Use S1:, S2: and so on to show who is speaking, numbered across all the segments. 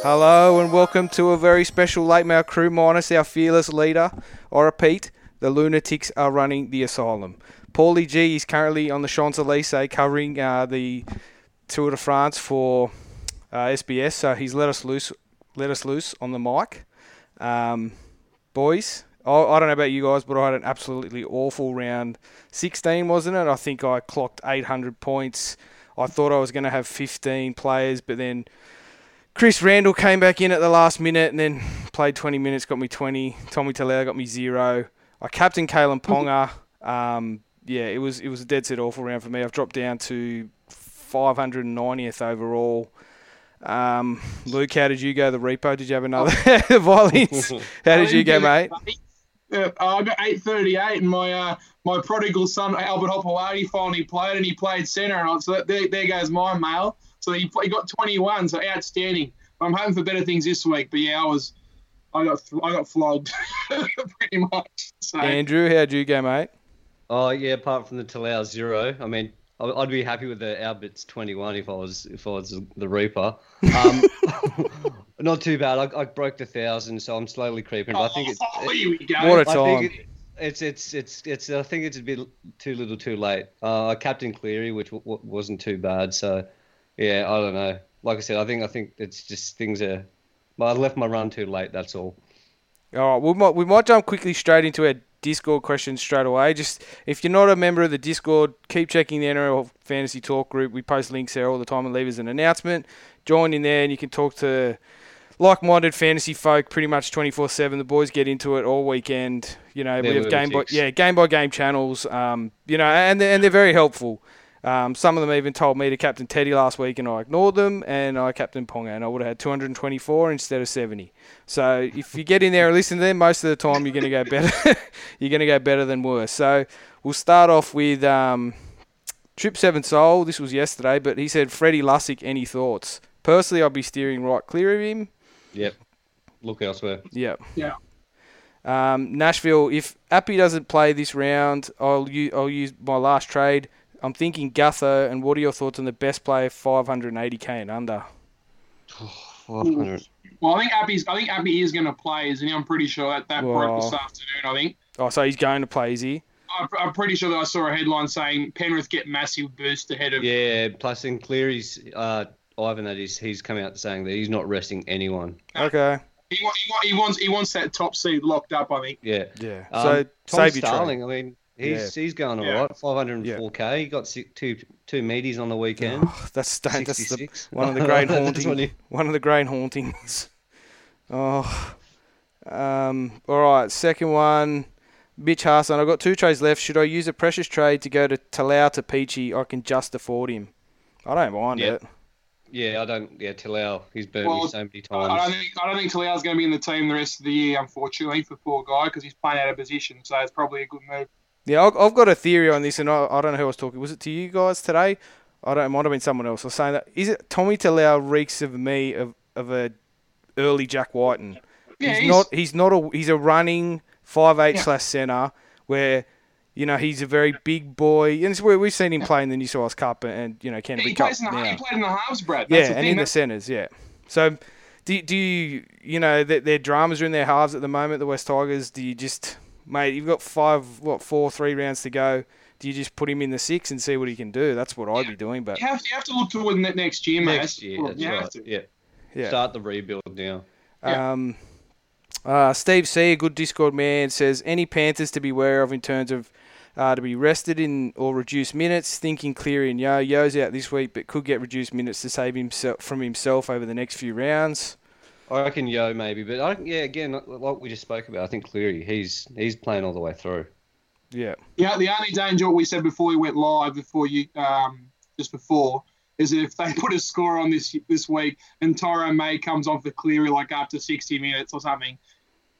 S1: Hello and welcome to a very special late mail crew minus our fearless leader. I repeat, the lunatics are running the asylum. Paulie G is currently on the Champs Elysees covering uh, the Tour de France for uh, SBS, so he's let us loose, let us loose on the mic. Um, boys, I, I don't know about you guys, but I had an absolutely awful round. 16 wasn't it? I think I clocked 800 points. I thought I was going to have 15 players, but then Chris Randall came back in at the last minute and then played 20 minutes, got me 20. Tommy Talao got me zero. I captained Kalen Ponga. Um, yeah, it was it was a dead set awful round for me. I've dropped down to 590th overall. Um, Luke, how did you go? The repo? Did you have another violins? How did you go, mate?
S2: Uh, I got eight thirty-eight, and my uh, my prodigal son Albert Hopewadi finally played, and he played centre, and I- so that, there, there goes my mail. So he, pl- he got twenty-one, so outstanding. I'm hoping for better things this week, but yeah, I was I got I got flogged pretty much. So
S1: Andrew, how did you go, mate?
S3: Oh yeah, apart from the Talau zero, I mean, I- I'd be happy with the Alberts twenty one if I was if I was the Reaper. Um, not too bad. I, I broke the thousand, so I'm slowly creeping. But I think it's
S2: oh, here we go.
S1: What a
S3: I
S1: time.
S3: think it, it's it's it's it's. I think it's a bit too little, too late. Uh, Captain Cleary, which w- w- wasn't too bad. So, yeah, I don't know. Like I said, I think I think it's just things are. Well, I left my run too late. That's all.
S1: All right, we might we might jump quickly straight into our Discord questions straight away. Just if you're not a member of the Discord, keep checking the NRL Fantasy Talk group. We post links there all the time and leave us an announcement. Join in there and you can talk to like-minded fantasy folk pretty much 24/7. The boys get into it all weekend. You know,
S3: They're
S1: we have game by
S3: lunatics.
S1: yeah game by game channels. Um, you know, and they're, and they're very helpful. Um, some of them even told me to captain Teddy last week, and I ignored them, and I captained Ponga, and I would have had 224 instead of 70. So if you get in there and listen to them, most of the time you're going to go better. you're going to go better than worse. So we'll start off with um, Trip Seven Soul. This was yesterday, but he said Freddie Lussick. Any thoughts? Personally, I'd be steering right clear of him.
S3: Yep. Look elsewhere.
S1: Yep.
S2: Yeah.
S1: Um, Nashville. If Appy doesn't play this round, I'll u- I'll use my last trade. I'm thinking Gutho. And what are your thoughts on the best player 580k and under?
S3: 500.
S2: Well, I think Appy's I think Appy is going to play, isn't he? I'm pretty sure that that
S1: Wow.
S2: broke this afternoon. I think.
S1: Oh, so he's going to play, is he?
S2: I'm- I'm pretty sure that I saw a headline saying Penrith get massive boost ahead of
S3: Yeah. Plus, in Cleary's uh, Ivan, that is, he's come out saying that he's not resting anyone.
S1: Okay.
S2: He, wa- he, wa- he wants he wants that top seed locked up. I think.
S3: Yeah.
S1: Yeah.
S3: Um,
S1: so
S3: Tom
S1: save your trade.
S3: Starling, I mean, he's he's going all
S2: Yeah.
S3: right. 504k. He got si two two meaties on the weekend.
S1: Oh, that's that's the
S3: 66.
S1: one of the great
S3: That's when
S1: haunting,
S3: you-
S1: one of the great hauntings. Oh, um, all right. Second one, Mitch Harson. I've got two trades left. Should I use a precious trade to go to Talau to Peachy? I can just afford him. I don't mind
S3: Yeah.
S1: it.
S3: Yeah, I don't. Yeah, Talau, he's burnt me
S2: Well,
S3: so many times.
S2: I don't think I don't think Talau's going to be in the team the rest of the year, unfortunately, for poor guy because he's playing out of position. So it's probably a good move.
S1: Yeah, I've, I've got a theory on this, and I, I don't know who I was talking. Was it to you guys today? I don't. It might have been someone else. I was saying that is it Tommy Talau reeks of me of of a early Jack Whiten.
S2: Yeah,
S1: he's,
S2: he's-
S1: not. He's not a. He's a running five eight
S2: Yeah.
S1: slash center where. You know he's a very big boy, and it's where we've seen him play in the New South Wales Cup and, and you know
S2: He,
S1: Canterbury Cup
S2: plays in the,
S1: now.
S2: he played in the halves, Brad.
S1: yeah,
S2: That's the
S1: and
S2: thing.
S1: in the
S2: That's-
S1: centres, yeah. So, do do you you know their, their dramas are in their halves at the moment? The West Tigers. Do you just mate? You've got five, what four, three rounds to go. Do you just put him in the six and see what he can do? That's what I'd be doing. But
S2: you have to you have to look toward ne- next year, mate.
S3: Next year,
S2: You
S3: that's
S2: have
S3: right.
S2: to.
S3: Yeah.
S1: yeah.
S3: start the rebuild now.
S2: Yeah.
S1: Um, uh, Steve C, a good Discord man, says any Panthers to beware of in terms of uh, to be rested in or reduced minutes. Thinking Cleary and Yo Yo's out this week, but could get reduced minutes to save himself from himself over the next few rounds.
S3: I reckon Yo maybe, but I don't, yeah, again, like- like we just spoke about, I think Cleary, he's he's playing all the way through.
S1: Yeah,
S2: Yeah, the only danger we said before we went live, before you, um, just before, is that if they put a score on this this week and Tyro May comes on for Cleary like after 60 minutes or something,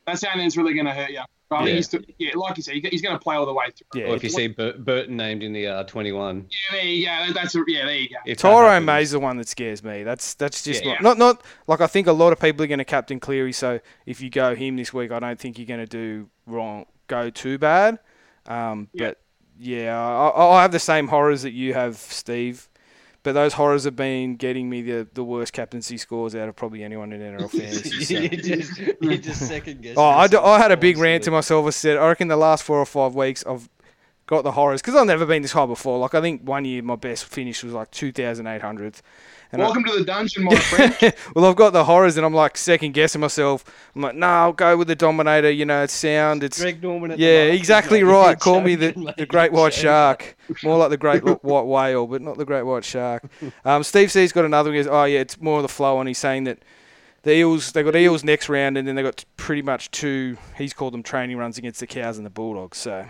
S2: that's the only thing that's really going to hurt you. But I
S3: Yeah.
S2: think he's, still- yeah, like you said, he- he's going to play all the way through.
S1: yeah.
S3: or if you see Bur- Burton named in the uh, 21,
S2: Yeah, there you go. That's a, yeah, there you go.
S3: if that
S1: Tyro
S3: happens-
S1: May's the one that scares me. That's that's just
S3: Yeah.
S1: not, not not like I think a lot of people are going to captain Cleary. So if you go him this week, I don't think you're going to do wrong. Go too bad. Um,
S2: Yeah.
S1: But yeah, I, I I have the same horrors that you have, Steve. But those horrors have been getting me the, the worst captaincy scores out of probably anyone in NRL fantasy. so.
S3: you just, you just second guess.
S1: Oh, I, d-
S3: yourself
S1: I had a big rant to
S3: constantly.
S1: myself. I said, I reckon the last four or five weeks I've got the horrors because I've never been this high before. Like, I think one year my best finish was like 2,800th. And I-
S2: Welcome to the dungeon, my friend.
S1: well, I've got the horrors and I'm like second guessing myself. I'm like, nah, I'll go with the Dominator. You know, it's sound. It's
S3: Greg Norman. At the
S1: yeah,
S3: Masters,
S1: exactly
S3: mate.
S1: right. Call me
S3: Joking,
S1: the,
S3: mate.
S1: the Great White
S3: Joking.
S1: Shark. More like the Great Lo- White Whale, but not the Great White Shark. Um, Steve C's got another one. He goes, oh, yeah, it's more of the flow. And he's saying that the Eels, they got Eels next round, and then they got pretty much two, he's called them training runs against the Cows and the Bulldogs. So,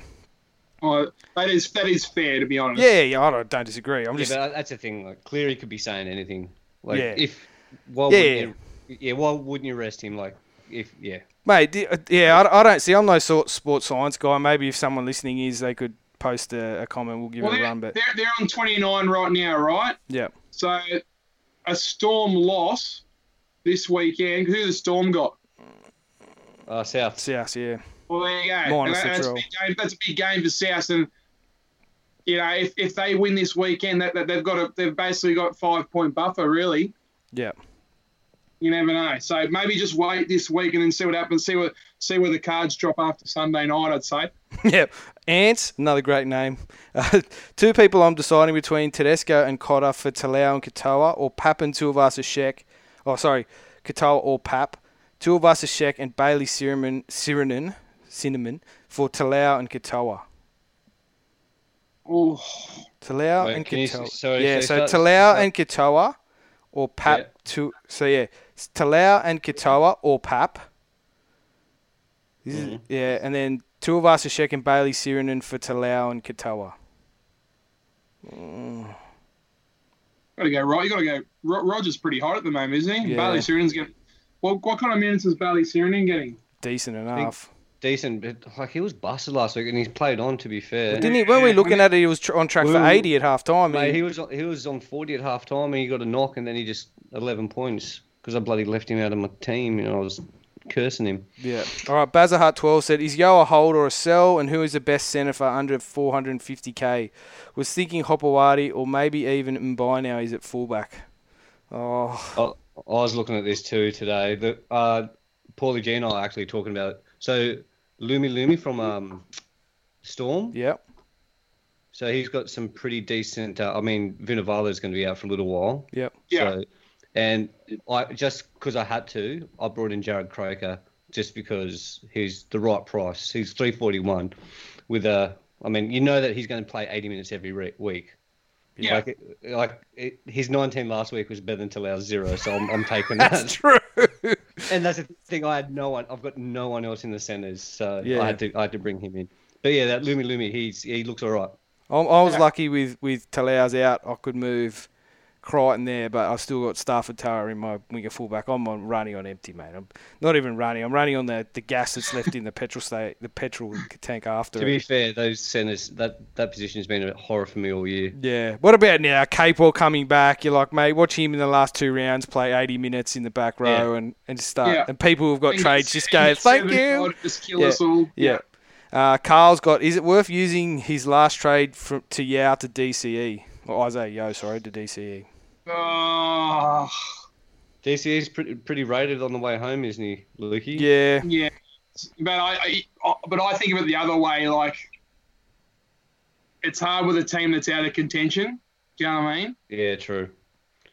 S2: Oh, that is that is fair to be honest.
S1: yeah, yeah I don't, don't disagree. I'm
S3: Yeah,
S1: just.
S3: but that's the thing. Like Cleary could be saying anything. Like
S1: Yeah.
S3: if why
S1: Yeah.
S3: wouldn't you, yeah, why wouldn't you arrest him? Like if yeah,
S1: Mate, d- uh, yeah, I, I don't see. I'm no sort sports science guy. Maybe if someone listening is, they could post a, a comment. We'll give
S2: Well,
S1: it a
S2: they're,
S1: run. But
S2: they're, they're on 29 right now, right?
S1: yeah,
S2: So a storm loss this weekend. Who the storm got?
S3: uh, South.
S1: South, yeah,
S2: Well, there you go.
S1: Minus
S2: And
S1: the
S2: that- that's, a
S1: draw.
S2: big game, that's a big game for South, and you know if, if they win this weekend, that, that they've got a, they've basically got five point buffer. Really,
S1: yeah.
S2: you never know. So maybe just wait this week and then see what happens. See what see where the cards drop after Sunday night. I'd say.
S1: Yep. Ants, another great name. Uh, two people I'm deciding between Tedesco and Cotter for Talau and Katoa, or Pap and Tuivasa-Sheck. Oh, sorry, Katoa or Pap. Tuivasa-Sheck and Bailey Cinnamon, Cinnamon, Cinnamon for Talau and Katoa.
S2: Oh,
S1: Talau
S3: Wait,
S1: and
S3: can you s-
S1: Katoa.
S3: sorry,
S1: yeah,
S3: so
S1: so
S3: start-
S1: Talau
S3: start-
S1: and Katoa, or Pap
S3: Yeah.
S1: to. So yeah, it's Talau and Katoa or Pap. This
S3: Mm-hmm.
S1: is- yeah, and then Tuivasa-Sheck and Bailey Cinnamon for Talau and Katoa.
S2: gotta go right. You gotta go. Ro- Roger's pretty hot at the moment, isn't he?
S1: Yeah.
S2: Bailey Siren's getting. Well, what kind of minutes is Bailey Siren getting?
S1: decent enough.
S3: Decent, but like he was busted last week, and he's played on. To be fair,
S1: Didn't he? When we
S2: Yeah,
S1: looking at it, he was tr- on track for
S3: Well,
S1: 80 at half time.
S3: Mate, he was on, he was on forty at half time, and he got a knock, and then he just eleven points because I bloody left him out of my team, and I was cursing him.
S1: yeah. All right. Bazahart 12 said, Is Yo a hold or a sell? And who is the best centre for under 450k? Was thinking Hopawati or maybe even Mbai now. He's at fullback. Oh,
S3: I, I was looking at this too today. The uh, Paulie G and I are actually talking about it. So Lumi Lumi from um, Storm.
S1: yeah.
S3: So he's got some pretty decent. Uh, I mean, Vunivalu is going to be out for a little while.
S1: Yep.
S2: Yeah.
S3: So, and I just because I had to, I brought in Jared Croker just because he's the right price. He's three forty one, with a. I mean, you know that he's going to play eighty minutes every re- week.
S2: Yeah.
S3: Like, it- like it, his nineteen last week was better than Talau's zero, so I'm, I'm taking that.
S1: That's true.
S3: and that's the thing. I had no one. I've got no one else in the centres, so
S1: Yeah.
S3: I had to. I had to bring him in. But yeah, that Lumi Lumi, he's he looks all right.
S1: I, I was lucky with, with Talau's out. I could move Crichton there, but I've still got Stafford Tower in my winger fullback. I'm on running on empty, mate. I'm not even running. I'm running on the, the gas that's left in the petrol state, the petrol tank after
S3: To
S1: it.
S3: be fair, those centres that that position has been a horror for me all year.
S1: Yeah. What about now? Capel coming back. You're like, mate, watch him in the last two rounds play 80 minutes in the back row and, and just start.
S2: Yeah.
S1: And people who've got trades just go, thank you.
S2: Just kill
S1: Yeah.
S2: us all.
S1: Yeah. Uh, Carl's got, is it worth using his last trade from, to Yao to DCE? Or Isaiah Yo, sorry, to E. DCE.
S2: Ah,
S3: DCE's pretty pretty rated on the way home, isn't he, Lukey?
S1: Yeah.
S2: yeah. But I, I, but I think of it the other way. Like, it's hard with a team that's out of contention. Do you know what I mean?
S3: Yeah, true.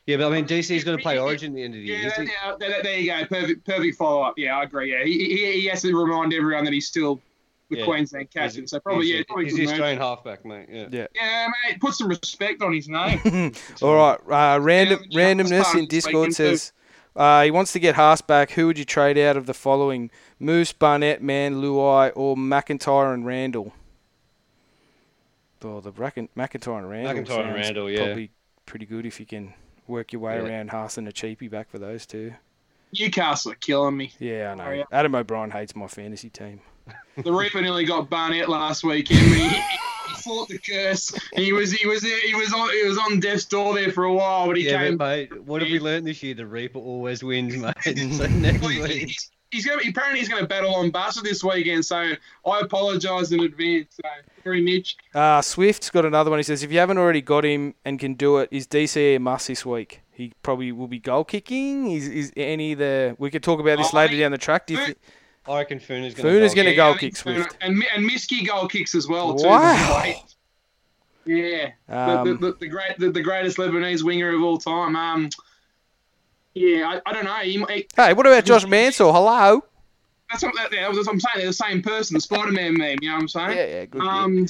S3: Yeah, but I mean, DC's going to play Origin at the end of the year.
S2: Yeah,
S3: is he?
S2: yeah, there, there you go. Perfect, perfect follow up. Yeah, I agree. Yeah, he, he, he has to remind everyone that he's still the
S3: Yeah.
S2: Queensland captain. So probably
S3: he's,
S2: yeah, probably
S3: he's
S2: good
S3: the
S2: move.
S3: Australian halfback, mate. Yeah.
S1: Yeah.
S2: Yeah, mate, put some respect on his name.
S1: All right. Uh, random
S2: Yeah, yeah, that's
S1: randomness
S2: fine.
S1: in Discord
S2: Like,
S1: says uh, he wants to get Haas back. Who would you trade out of the following? Moose, Barnett, Man, Luai, or McIntyre and Randall? Oh, the Bracken- McIntyre and Randall.
S3: McIntyre and
S1: sounds
S3: Randall, yeah.
S1: Probably pretty good if you can work your way
S3: Yeah.
S1: around Haas and a cheapie back for those two.
S2: Newcastle are killing me.
S1: Yeah, I know.
S2: Oh, yeah.
S1: Adam O'Brien hates my fantasy team.
S2: The Reaper nearly got Barnett last weekend. He, he, he fought the curse. He was he was he was on he was on death's door there for a while, but he
S3: Yeah,
S2: came.
S3: but, mate, what have we learned this year? The Reaper always wins, mate. so next
S2: Well, he-
S3: week,
S2: he's, he's going. to Apparently, he's going to battle on Barca this weekend. So I apologise in advance. So sorry, Mitch.
S1: Uh, Swift's got another one. He says, if you haven't already got him and can do it, is DCE a must this week? He probably will be goal kicking. Is, is any of the. We could talk about this
S2: Oh,
S1: later
S2: mate.
S1: down the track. Do you thi-
S3: I reckon Funa's going
S1: Funa's gonna-
S3: to.
S1: a goal
S2: I think
S1: kick,
S2: so.
S1: Swift.
S2: And, and Miski goal kicks as well too.
S1: Wow.
S2: Yeah, the, the,
S1: Um,
S2: the, the great, the, the greatest Lebanese winger of all time. Um, yeah, I, I don't know. He, he,
S1: hey, what about Josh Mansell? Hello?
S2: that's what that, that was. I'm saying they're the same person. The Spider-Man meme. You know what I'm saying?
S1: Yeah, yeah, good. yeah.
S2: Um,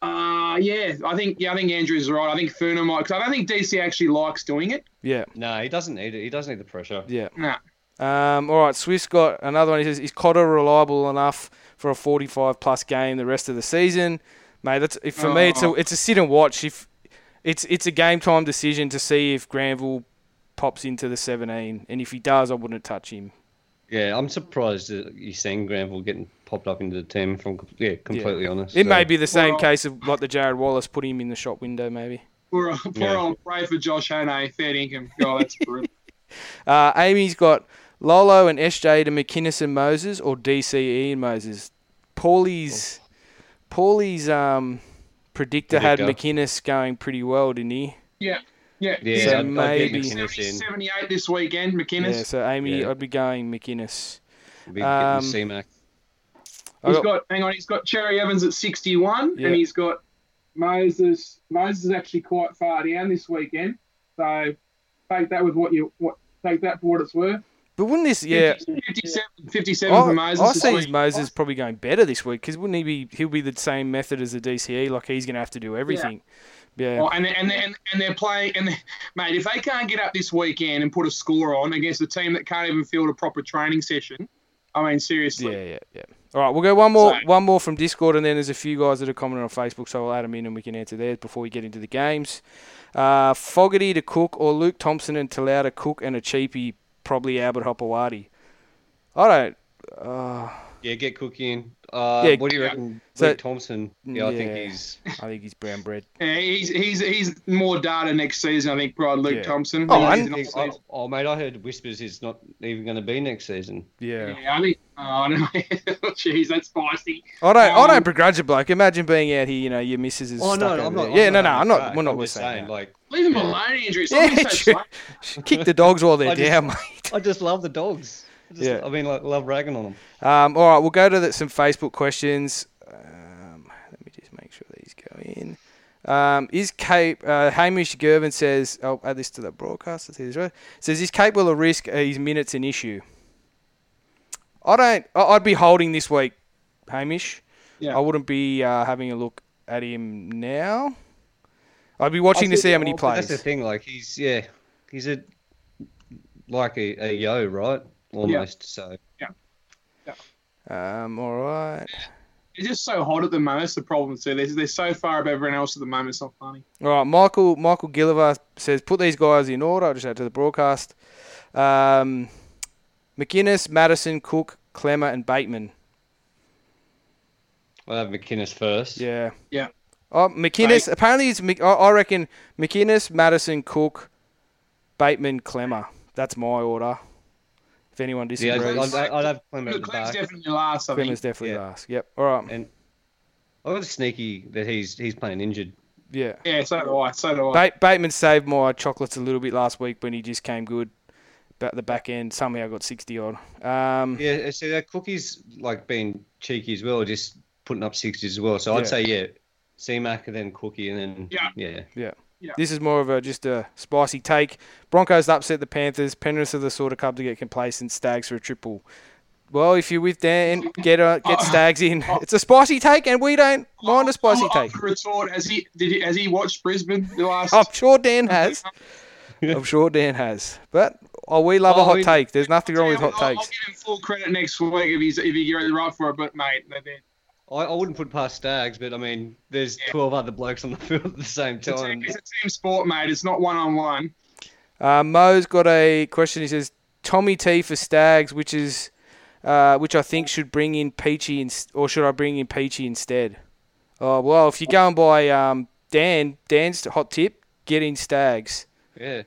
S2: uh, yeah, I think yeah, I think Andrew's right. I think Furner might because I don't think DC actually likes doing it.
S1: yeah,
S3: No, he doesn't need it. He doesn't need the pressure.
S1: yeah.
S2: Nah.
S1: Um, all right, Swift's got another one. He says, is Cotter reliable enough for a 45 plus game the rest of the season? Mate, that's if- for me. It's a
S2: Oh.
S1: it's a sit and watch. If it's it's a game time decision to see if Granville pops into the 17, and if he does, I wouldn't touch him.
S3: Yeah, I'm surprised that you're seeing Granville getting popped up into the team. If I'm com- yeah, completely honest.
S1: It
S3: So,
S1: may be the same
S2: Well-
S1: case of like the Jared Wallace put him in the shop window, maybe.
S2: Poor, poor
S3: Yeah.
S2: old pray for Josh Hone, fair income. God, that's brutal.
S1: Uh, Amy's got Lolo and SJ to McInnes and Moses or DCE and Moses. Paulie's
S2: Oh.
S1: Paulie's um, predictor, had
S3: Predictor.
S1: McInnes going pretty well, didn't he?
S2: Yeah, yeah.
S3: Yeah,
S1: So
S3: I'd, I'd
S1: maybe-
S3: get
S2: 70,
S3: McInnes in.
S2: 78 this weekend, McInnes.
S1: Yeah, so Amy,
S3: Yeah.
S1: I'd be going McInnes.
S3: We'd be
S1: Um,
S3: getting C-Mac.
S1: I
S2: He's
S1: got,
S2: got hang on, he's got Cherry Evans at sixty one
S1: Oh. Yeah.
S2: and he's got Moses Moses is actually quite far down this weekend. So take that with what you what take that for what it's worth.
S1: but wouldn't this? Yeah,
S2: 57, 57 for
S1: I,
S2: Moses.
S1: I
S2: this
S1: see
S2: week.
S1: Moses probably going better this week because wouldn't he be? He'll be the same method as the DCE. Like he's going to have to do everything. Yeah,
S2: Oh, and, and, and, and they're playing, and they- mate, if they can't get up this weekend and put a score on against a team that can't even field a proper training session, I mean,
S1: yeah,
S2: seriously.
S1: yeah, yeah. All right, we'll go one more,
S2: So-
S1: one more from Discord, and then there's a few guys that are commenting on Facebook, so we'll add them in and we can answer theirs before we get into the games. Uh, Fogarty to Cook or Luke Thompson and Talau to Cook and a cheapie, probably Albert Hopewadi. I don't. Uh,
S3: Yeah, get Cook in. Uh,
S1: Yeah,
S3: what do you
S2: yeah.
S3: reckon,
S1: So-
S3: Luke Thompson? Yeah, I think
S1: Yeah.
S3: he's.
S1: I think he's brown bread.
S2: Yeah, he's, he's, he's more data next season, I think, probably Luke
S1: Yeah.
S2: Thompson.
S1: Oh,
S2: He's
S1: and-
S2: not-
S3: he's- oh, oh, mate, I heard whispers he's not even going to be next season.
S1: Yeah.
S2: yeah, I think, oh, I don't know. Jeez, that's spicy.
S1: I don't. I
S2: Um,
S1: don't begrudge a bloke. Imagine being out here. You know, your missus is.
S3: Oh
S1: stuck
S3: no,
S1: over
S3: I'm not.
S1: there. yeah,
S3: I'm
S1: no,
S3: not
S1: no. I'm
S3: having
S1: not.
S3: a crack.
S1: We're not.
S3: I'm
S1: We're
S3: just saying,
S1: saying. that.
S3: like,
S2: Leave him alone, Andrew. Stop
S1: Yeah,
S2: being so
S1: true.
S2: slow.
S1: Kick the dogs while they're
S3: I just-
S1: down, mate.
S3: I just love the dogs. I just,
S1: Yeah.
S3: I mean, like, love ragging on them.
S1: Um, all right, we'll go to the, some Facebook questions. Um, let me just make sure these go in. Um, is Cape uh, Hamish Gervin says? I'll add this to the broadcast. Let's see this right. Says is capable of risk uh, his minutes an issue? I don't. I- I'd be holding this week, Hamish.
S2: Yeah.
S1: I wouldn't be uh, having a look at him now. I'd be watching to see how many
S3: Well, but
S1: plays.
S3: That's the thing. Like, he's yeah, he's a like a, a yo, right? Almost. So
S1: Um, all right.
S2: They're just so hot at the moment. That's the problem, too. They're, they're so far above everyone else at the moment. It's not funny.
S1: All right, Michael Michael Gilliver says put these guys in order. I'll just add to the broadcast. Um, McInnes, Madison, Cook, Clemmer, and Bateman.
S3: I'll have McInnes first.
S1: Yeah.
S2: Yeah.
S1: Oh, McInnes. Apparently, it's Mc- I- I reckon McInnes, Madison, Cook, Bateman, Clemmer. That's my order. If anyone
S3: Yeah,
S1: disagrees,
S3: I'd,
S2: Clemmer's-
S3: I'd, I'd have Clemmer at
S2: Luke
S3: the
S2: Clem's
S3: back.
S2: definitely last, I think.
S1: Clemmer's definitely
S3: yeah.
S1: last. Yep. All right.
S3: And I got a sneaky that he's he's playing injured.
S1: Yeah.
S2: Yeah, so do I. So do I.
S1: Ba- Bateman saved my chocolates a little bit last week when he just came good. But the back end somehow got sixty odd. Um,
S3: Yeah, so that cookie's like being cheeky as well, just putting up sixties as well. So
S1: Yeah.
S3: I'd say yeah, C Mac and then Cookie and then
S2: Yeah.
S3: yeah.
S1: This is more of a just a spicy take. Broncos to upset the Panthers. Penrith are the sort of club to get complacent. Stags for a triple. Well, if you're with Dan, get uh, get
S2: Oh,
S1: Stags in. It's a spicy take, and we don't mind a spicy
S2: I'll- I'll
S1: take. Oh,
S2: Retort, has he did he, has he watched Brisbane the last?
S1: I'm sure Dan has. I'm sure Dan has. But oh, we love a
S3: Oh,
S1: hot
S3: we- Oh,
S1: take. There's nothing wrong with hot
S2: I'll, I'll
S1: takes.
S2: give him full credit next week if he's if he gets right for it. But mate, they're, they're-
S3: I, I wouldn't put past Stags, but I mean, there's
S2: Yeah.
S3: twelve other blokes on the field at the same
S2: it's, a team,
S3: time.
S2: it's a team sport, mate. It's not one on one.
S1: Uh, Mo's got a question. He says Tommy T for Stags, which is uh, which I think should bring in Peachy, in, or should I bring in Peachy instead? Oh well, if you're going by um, Dan, Dan's hot tip, get in Stags.
S3: Yeah,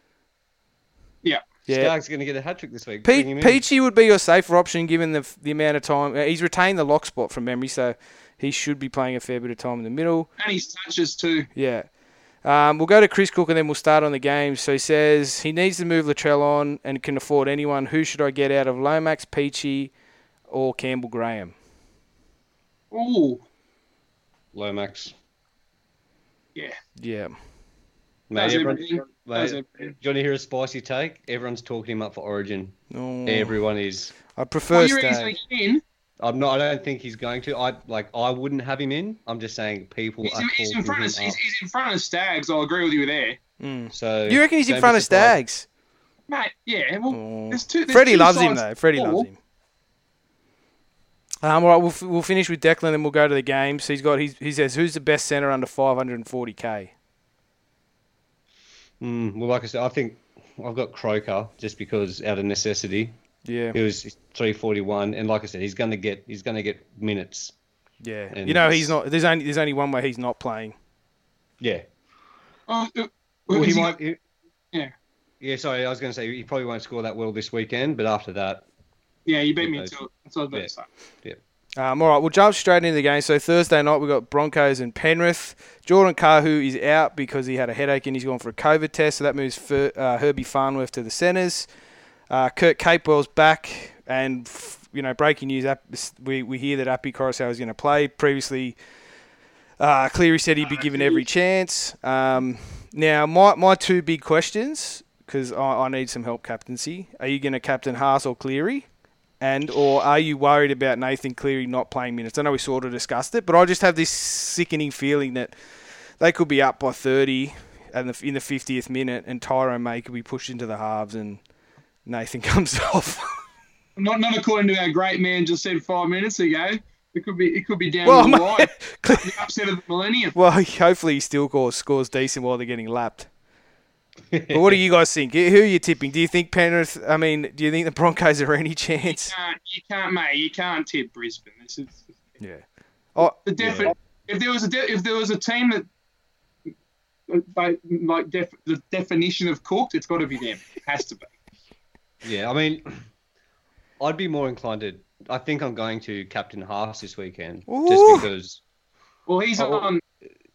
S1: Yeah.
S3: Stark's going to get a hat trick this week. Bring him
S1: Pe-
S3: in.
S1: Peachy would be your safer option given the f- the amount of time uh, he's retained the lock spot from memory, so he should be playing a fair bit of time in the middle.
S2: And his touches too.
S1: Yeah. Um, we'll go to Chris Cook and then we'll start on the game. So he says he needs to move Latrell on and can afford anyone. Who should I get out of Lomax, Peachy, or Campbell Graham?
S2: Ooh,
S3: Lomax.
S2: yeah.
S1: Yeah.
S3: Mate,
S2: That's
S3: everyone,
S2: everything. That's
S3: mate,
S2: everything.
S3: Johnny here a spicy take. Everyone's talking him up for Origin.
S1: Oh,
S3: Everyone is.
S1: I
S2: Well,
S1: prefer
S2: you reckon
S1: Stag.
S2: he's in?
S3: I'm not. I don't think he's going to. I like. I wouldn't have him in. I'm just saying people
S2: He's
S3: are
S2: in, he's in
S3: talking
S2: front
S3: him
S2: of he's,
S3: up.
S2: he's in front of Stags. I'll agree with you there,
S1: Mm.
S3: So
S1: You reckon he's in
S3: don't be
S1: front of
S3: surprised.
S1: Stags?
S2: mate. Yeah. Well,
S1: Oh.
S2: there's two. There's
S1: Freddie
S2: two
S1: loves him though.
S2: sides
S1: Freddie
S2: to the
S1: loves
S2: ball.
S1: him. Um, all right, we'll, f- we'll finish with Declan, then we'll go to the games. He's got he's, he says who's the best center under 540k.
S3: Mm, well, like I said, I think I've got Croker just because out of necessity.
S1: Yeah,
S3: He was 341, and like I said, he's going to get he's going to get minutes.
S1: yeah.
S3: And
S1: You know he's
S3: it's-
S1: not. There's only there's only one way he's not playing.
S3: Yeah.
S2: Oh, uh,
S3: Well, he
S2: has he
S3: might.
S2: got-
S3: he-
S2: Yeah.
S3: Yeah. Sorry, I was going to say he probably won't score that well this weekend, but after that,
S2: yeah, you beat me
S3: Okay.
S2: to it. That's what I was about
S3: Yeah.
S2: to say.
S1: Um, all right, we'll jump straight into the game. So Thursday night we've got Broncos and Penrith. Jordan Kahu is out because he had a headache and he's gone for a COVID test, so that moves Fer, uh, Herbie Farnworth to the centres. Uh, Kurt Capewell's back, and f- you know, breaking news: Ap- we we hear that Appy Coruscant is going to play. Previously, uh, Cleary said he'd be given every chance. Um, now, my my two big questions, because I, I need some help captaincy. Are you going to captain Haas or Cleary? And or are you worried about Nathan Cleary not playing minutes? I know we sort of discussed it, but I just have this sickening feeling that they could be up by 30 and the, in the 50th minute, and Tyrone May could be pushed into the halves, and Nathan comes off.
S2: Not not according to our great man just said five minutes ago. It could be it could be down
S1: well,
S2: the
S1: mate,
S2: line.
S1: Cle-
S2: the upset of the millennium.
S1: well, hopefully he still scores, scores decent while they're getting lapped. But what do you guys think? Who are you tipping? Do you think Penrith? I mean, do you think the Broncos are any chance?
S2: Can't, you can't, mate. You can't tip Brisbane. This is
S1: Yeah.
S2: the definite. If there was a de- if there was a team that by like def, the definition of cooked, it's got to be them. It has to be.
S3: yeah. I mean, I'd be more inclined to. I think I'm going to captain Haas this weekend
S1: Ooh.
S3: just because.
S2: Well, he's
S3: Oh, well-
S2: on.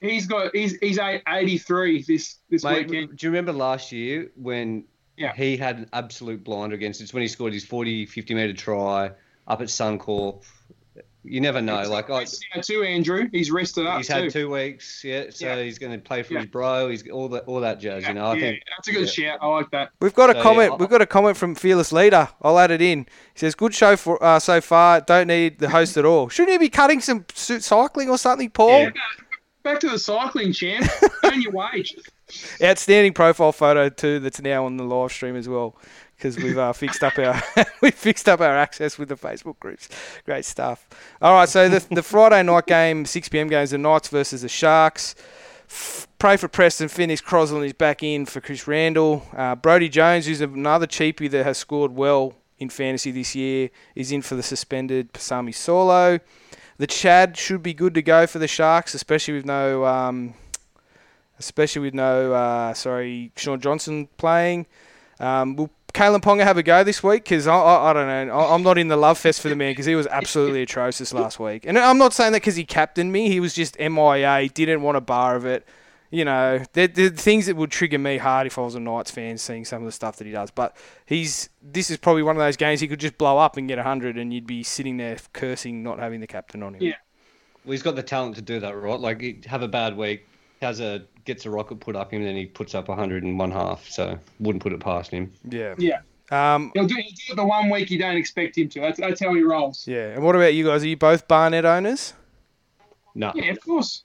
S2: He's got. He's he's eight- 83 this this
S3: Mate,
S2: weekend.
S3: do you remember last year when
S2: Yeah.
S3: he had an absolute blinder against? It's when he scored his 40, 50 meter try up at Suncorp. You never know. Like I,
S2: He's now too Andrew. He's rested up
S3: he's
S2: too.
S3: had two weeks, yeah. So
S2: Yeah.
S3: he's going to play for
S2: Yeah.
S3: his bro. He's all that, all that jazz. You know, I
S2: yeah,
S3: think
S2: that's a good shout. I like that.
S1: We've got a
S3: So, yeah,
S1: comment.
S3: I-
S1: We've got a comment from fearless leader. I'll add it in. He says, "Good show for uh, so far. Don't need the host at all. Shouldn't he be cutting some su- cycling or something, Paul?
S3: Yeah.
S2: Back to the cycling, champ. Earn your wage.
S1: Outstanding profile photo too. That's now on the live stream as well, because we've uh, fixed up our we fixed up our access with the Facebook groups. Great stuff. All right, so the the Friday night game, 6 p.m. games, the Knights versus the Sharks. F- Pray for Preston Finnish. Crosland is back in for Chris Randall. Uh, Brody Jones, who's another cheapie that has scored well in fantasy this year, is in for the suspended Pasami Solo. The Chad should be good to go for the Sharks, especially with no, um, especially with no, uh, sorry, Sean Johnson playing. Um, will Kalen Ponga have a go this week? Because I, I, I don't know. I, I'm not in the love fest for the man because he was absolutely atrocious last week. And I'm not saying that because he captained me. He was just MIA, didn't want a bar of it. You know, there, there are things that would trigger me hard if I was a Knights fan seeing some of the stuff that he does. But he's this is probably one of those games he could just blow up and get 100 and you'd be sitting there cursing not having the captain on him.
S2: Yeah.
S3: well, he's got the talent to do that, right? Like he have a bad week, has a gets a rocket put up him, and then he puts up 101 half. So wouldn't put it past him.
S1: Yeah.
S2: Yeah.
S1: Um,
S2: He'll do, he'll do it the one week you don't expect him to. That's, that's how he rolls.
S1: Yeah, and what about you guys? Are you both Barnett owners?
S3: No.
S2: Yeah, of course.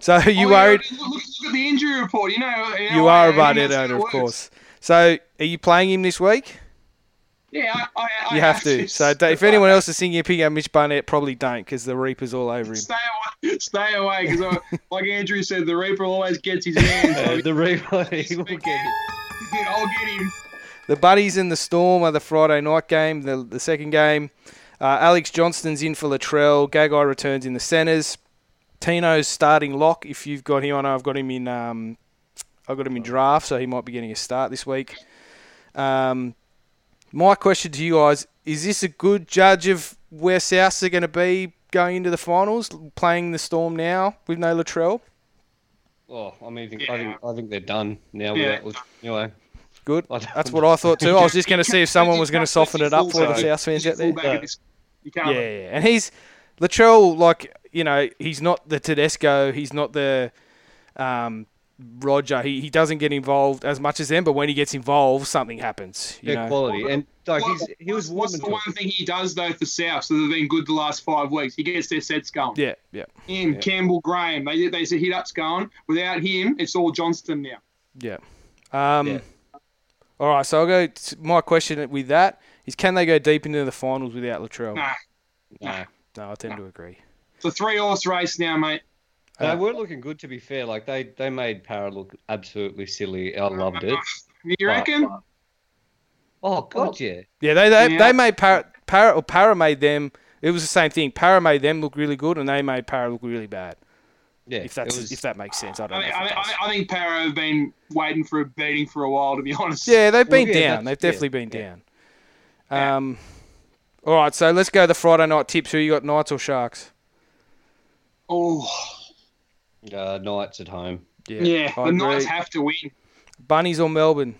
S1: So are you
S2: Oh,
S1: worried?
S2: yeah, oh, Look, look at the injury report. You know. You, know,
S1: You are a
S2: how
S1: Barnett
S2: that's how it
S1: owner, of
S2: works.
S1: course. So are you playing him this week?
S2: Yeah, I, I, I
S1: You have to. So d- if
S2: I-
S1: anyone else is thinking you're picking up Mitch Barnett, probably don't because the Reaper's all over him.
S2: Stay away, stay away, because like Andrew said, the Reaper always gets his hands.
S3: Uh,
S2: So
S3: the replay he will
S2: Speak-
S3: get.
S2: dude, I'll get him.
S1: The Buddies and the Storm are the Friday night game, the, the second game. Uh, Alex Johnston's in for Latrell. Gagai returns in the centres. Tino's starting lock. If you've got him, I know I've got him in. Um, I got him in draft, so he might be getting a start this week. Um, my question to you guys is this a good judge of where Souths are going to be going into the finals, playing the Storm now with no Latrell?
S3: Oh, I mean, I think, I think
S2: Yeah.
S3: I think they're done now.
S2: Yeah.
S3: Without, anyway,
S1: Good.
S3: I don't-
S1: That's what I thought too. I was just going to see if someone was going to soften it up for the
S3: Fullback.
S1: South fans out there.
S2: Fullback at this- You can't.
S1: Yeah, yeah, and he's Latrell. Like you know, he's not the Tedesco. He's not the um, Roger. He, he doesn't get involved as much as them. But when he gets involved, something happens. You
S3: their
S1: know?
S3: quality and like he's, he was
S2: What's
S3: warming
S2: the
S3: to it.
S2: one thing he does though for South so they've been good the last five weeks? He gets their sets going.
S1: Yeah, yeah,
S2: Him, Campbell, Graham, they they hit ups going. Without him, it's all Johnston now.
S1: yeah. Um,
S3: Yeah.
S1: All right, so I'll go. To my question with that is, can they go deep into the finals without Latrell?
S2: Nah,
S3: Nah.
S1: No, I tend to agree.
S2: it's a three horse race now, mate.
S1: Uh,
S3: They were looking good, to be fair. Like they, they made Para look absolutely silly. I loved it.
S2: Uh, You reckon?
S3: But- Oh god, yeah.
S1: Yeah, they they,
S2: Yeah.
S1: they made Para, Para or Para made them. It was the same thing. Para made them look really good, and they made Para look really bad.
S3: Yeah.
S1: If that's
S3: it was-
S1: if that makes sense, I don't
S2: I,
S1: know.
S2: think
S1: if it
S2: I, think- I,
S1: does.
S2: think- I think Para have been waiting for a beating for a while, to be honest.
S1: Yeah, they've been
S3: yeah,
S1: down.
S3: that's-
S1: They've
S3: yeah,
S1: definitely been
S3: yeah.
S1: down.
S2: Yeah.
S1: Um, all right, so let's go the Friday night tips. Who you got, Knights or Sharks?
S2: Oh,
S3: uh, Knights at home.
S1: Yeah,
S2: yeah.
S1: I
S2: the Knights
S1: agree.
S2: have to win,
S1: Bunnies or Melbourne?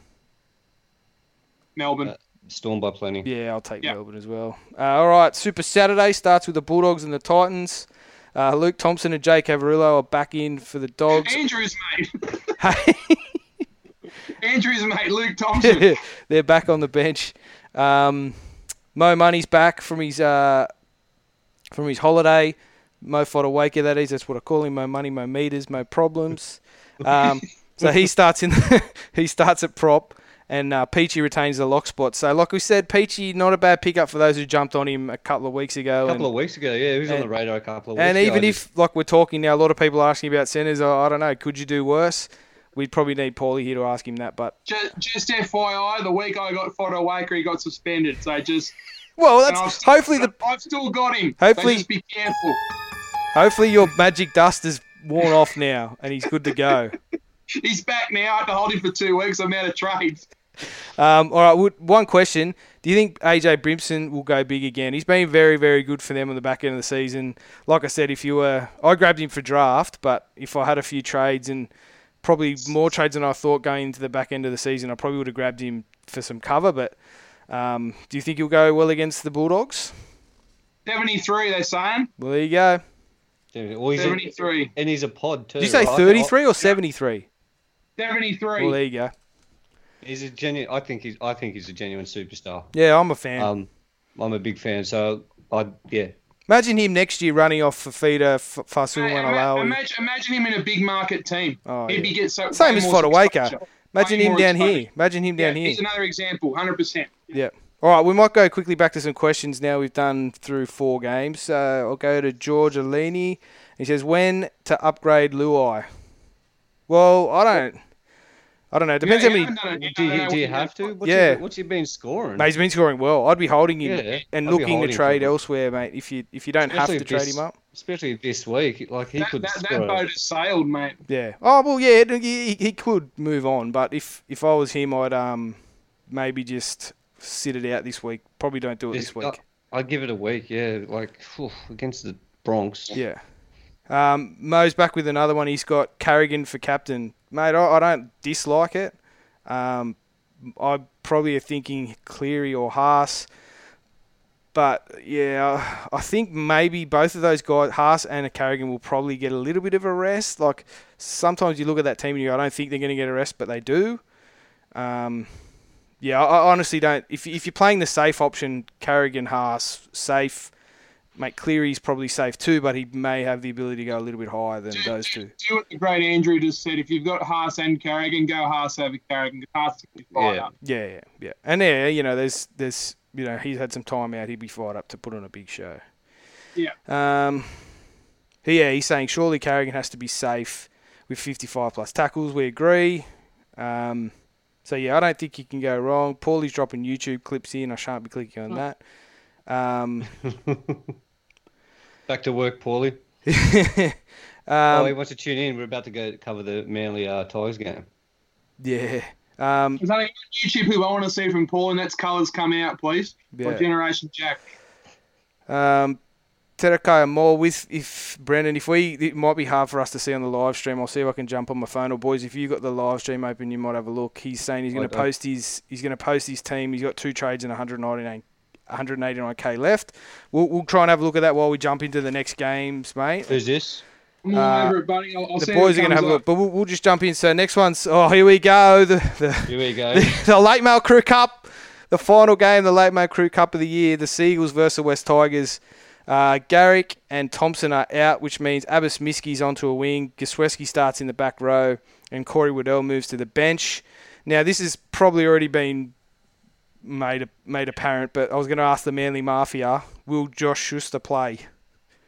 S2: Melbourne.
S3: Uh, Storm by plenty.
S1: Yeah, I'll take
S2: Yeah.
S1: Melbourne as well. Uh, all right, Super Saturday starts with the Bulldogs and the Titans. Uh, Luke Thompson and Jake Averillo are back in for the Dogs.
S2: Andrews, mate. Andrews, mate. Luke Thompson.
S1: They're back on the bench. Um, Mo Money's back from his uh, from his holiday. Mo Fodawaker, that is. That's what I call him. Mo Money, Mo Meters, Mo Problems. Um, so he starts in. he starts at prop, and uh, Peachy retains the lock spot. So, like we said, Peachy not a bad pickup for those who jumped on him a couple of weeks ago.
S3: A
S1: and-
S3: couple of weeks ago, yeah, he was on
S1: and-
S3: the radar a couple of weeks
S1: and
S3: ago.
S1: even
S3: I
S1: if, like we're talking now, a lot of people are asking about centres. I, I don't know. Could you do worse? We'd probably need Paulie here to ask him that. But
S2: just, just FYI, the week I got Foto Waker, he got suspended. So just.
S1: well,
S2: and I've
S1: that's
S2: still-
S1: hopefully the
S2: I've still got him.
S1: Hopefully-
S2: So just be careful.
S1: hopefully your magic dust is worn off now, and he's good to go.
S2: He's back now. I had to hold him for two weeks. I'm out of trades.
S1: Um, all right. would- One question: Do you think AJ Brimson will go big again? He's been very, very good for them on the back end of the season. Like I said, if you were, I grabbed him for draft, but if I had a few trades and probably more trades than I thought going into the back end of the season, I probably would have grabbed him for some cover. But um, do you think he'll go well against the Bulldogs?
S2: 73, they're saying.
S1: Well, there you go.
S3: Dude, well, he's a-
S2: 73.
S3: and he's a pod too.
S1: Did you say
S3: right?
S1: thirty-three or seventy-three? Well,
S2: 73.
S1: there you go.
S3: I- Oh, He's a genuine. I think he's. I think he's a genuine superstar.
S1: Yeah, I'm a fan.
S3: Um, I'm a big fan. So I yeah.
S1: Imagine him next year running off for Fafita, F- Fasul,
S2: Ima-
S1: and
S2: ima-
S1: Alawi.
S2: Imagine, imagine him in a big market team.
S1: Oh,
S2: He'd
S1: yeah.
S2: be get so
S1: Same
S2: way
S1: as
S2: more
S1: Fodawaker.
S2: exposure.
S1: Imagine
S2: Way
S1: him
S2: more
S1: down
S2: exposure.
S1: here. Imagine him down
S2: yeah,
S1: here.
S2: He's another example, 100%.
S1: Yeah. All right, we might go quickly back to some questions now. We've done through four games. So I'll go to George Alini. He says, "When to upgrade Luai?" Well, I don't. I don't know. Depends
S2: You
S1: how many.
S2: haven't done it.
S3: Do
S2: I don't
S3: you,
S2: know
S3: do you
S2: what
S3: have to? What's
S1: Yeah.
S3: He, what's he been scoring?
S1: Mate, he's been scoring well. I'd be holding him
S3: Yeah,
S1: and
S3: I'd be
S1: looking to
S3: holding him
S1: trade
S3: too.
S1: elsewhere, mate. If you if you don't have
S3: Especially
S1: to trade
S3: this-
S1: him up.
S3: Especially this week, like he
S2: That,
S3: could
S2: that,
S3: score.
S2: that boat has sailed, mate.
S1: Yeah. Oh well, yeah. it- He, he could move on, but if if I was him, I'd um maybe just sit it out this week. Probably don't do it this
S3: This-
S1: week.
S3: I, I'd give it a week. Yeah, like phew, against the Bronx.
S1: Yeah. Um, Mo's back with another one. He's got Carrigan for captain. Mate, I, I don't dislike it. Um, I probably are thinking Cleary or Haas. But yeah, I think maybe both of those guys, Haas and Carrigan, will probably get a little bit of a rest. Like sometimes you look at that team and you go, I don't think they're going to get a rest, but they do. Um, yeah, I, I honestly don't. If, if you're playing the safe option, Carrigan, Haas, safe, mate, Cleary's probably safe too, but he may have the ability to go a little bit higher than those two.
S2: Do what the great Andrew just said. If you've got Haas and Carrigan, go Haas over Carrigan. Haas can be fired
S3: Yeah.
S2: up.
S1: Yeah, yeah, yeah. And yeah, you know, there's there's you know, he's had some time out, he'd be fired up to put on a big show.
S2: Yeah.
S1: Um yeah, he's saying surely Carrigan has to be safe with 55 plus tackles. We agree. Um, so yeah, I don't think you can go wrong. Paulie's dropping YouTube clips in. I shan't be clicking on that. Um,
S3: Back to work, Paulie.
S1: um,
S3: oh, he wants to tune in. We're about to go cover the Manly uh, Tigers game.
S1: Yeah. Um,
S2: There's only one YouTube who I want to see from Paul, and that's Colours Come Out, please. By
S1: Yeah.
S2: Generation Jack.
S1: Um, Terakaya Moore with if Brendan, if we it might be hard for us to see on the live stream. I'll see if I can jump on my phone. Or boys, if you got the live stream open, you might have a look. He's saying he's going to
S3: don't.
S1: post his he's going to post his team. He's got two trades and 199. 189k left. We'll, we'll try and have a look at that while we jump into the next games, mate.
S3: Who's this?
S2: I'm all
S1: Uh,
S2: over it, buddy. I'll, I'll
S1: The
S2: see
S1: boys are
S2: how it
S1: going to have a
S2: comes
S1: look, but we'll, we'll just jump in. So next one's oh here we go the the,
S3: Here we go.
S1: the, the late mail crew cup, the final game, the late mail crew cup of the year, the Seagulls versus West Tigers. Uh, Garrick and Thompson are out, which means Abbas Miski's onto a wing. Gasweski starts in the back row, and Corey Waddell moves to the bench. Now this has probably already been made made apparent, but I was going to ask the Manly Mafia: Will Josh Schuster play?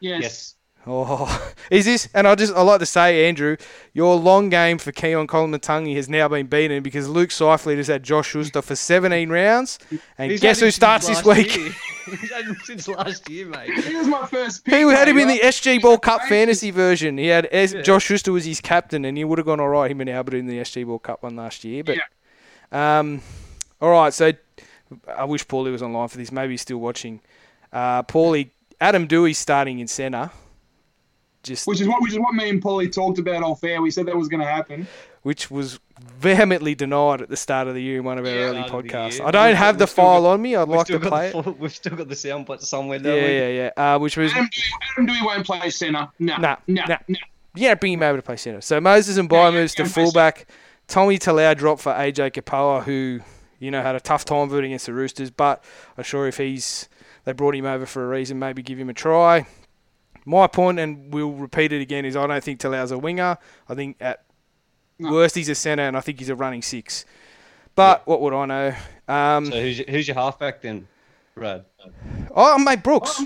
S2: Yes.
S3: Yes.
S1: Oh, is this? And I just I like to say, Andrew, your long game for Keon Colomatungi has now been beaten because Luke Seifley has had Josh Schuster for 17 rounds, and
S3: He's had
S1: guess
S3: him
S1: who
S3: since
S1: starts this
S3: last
S1: week?
S3: year. He's had him since last year, mate.
S2: He was my first pick.
S1: He had him in the
S2: buddy.
S1: SG Ball Cup
S2: Crazy.
S1: fantasy version. He had as Josh Schuster was his captain, and he would have gone all right. Him and Albert in the SG Ball Cup one last year, but um, all right. So I wish Paulie was online for this. Maybe he's still watching. Uh, Paulie, Adam Dewey starting in centre. Just
S2: Which is what which is what me and Paulie talked about off air. We said that was going to happen.
S1: which was vehemently denied at the start of the year in one of our
S3: Yeah,
S1: early
S3: start of the
S1: podcasts.
S3: year.
S1: I don't
S3: We've
S1: have
S3: got-
S1: the
S3: we've still
S1: file
S3: got-
S1: on me. I'd
S3: We've
S1: like
S3: still
S1: to
S3: got
S1: play
S3: the
S1: it.
S3: full- We've still got the soundbite somewhere,
S1: Yeah,
S3: don't we?
S1: yeah, yeah. Uh, which was
S2: Adam Dewey, Adam Dewey won't play centre. No.
S1: Nah,
S2: No. No.
S1: nah.
S2: no.
S1: yeah, bring him over to play centre. So Moses and Byer
S2: yeah,
S1: moves to
S2: yeah, Moses.
S1: fullback. Tommy Talau dropped for AJ Kapoa, who you know had a tough time of it against the Roosters, but I'm sure if he's they brought him over for a reason, maybe give him a try. My point, and we'll repeat it again, is I don't think Talau's a winger. I think at
S2: No.
S1: worst he's a centre, and I think he's a running six. But what would I know? Um,
S3: So who's your, who's your halfback then, Brad?
S1: Oh, mate, Brooks.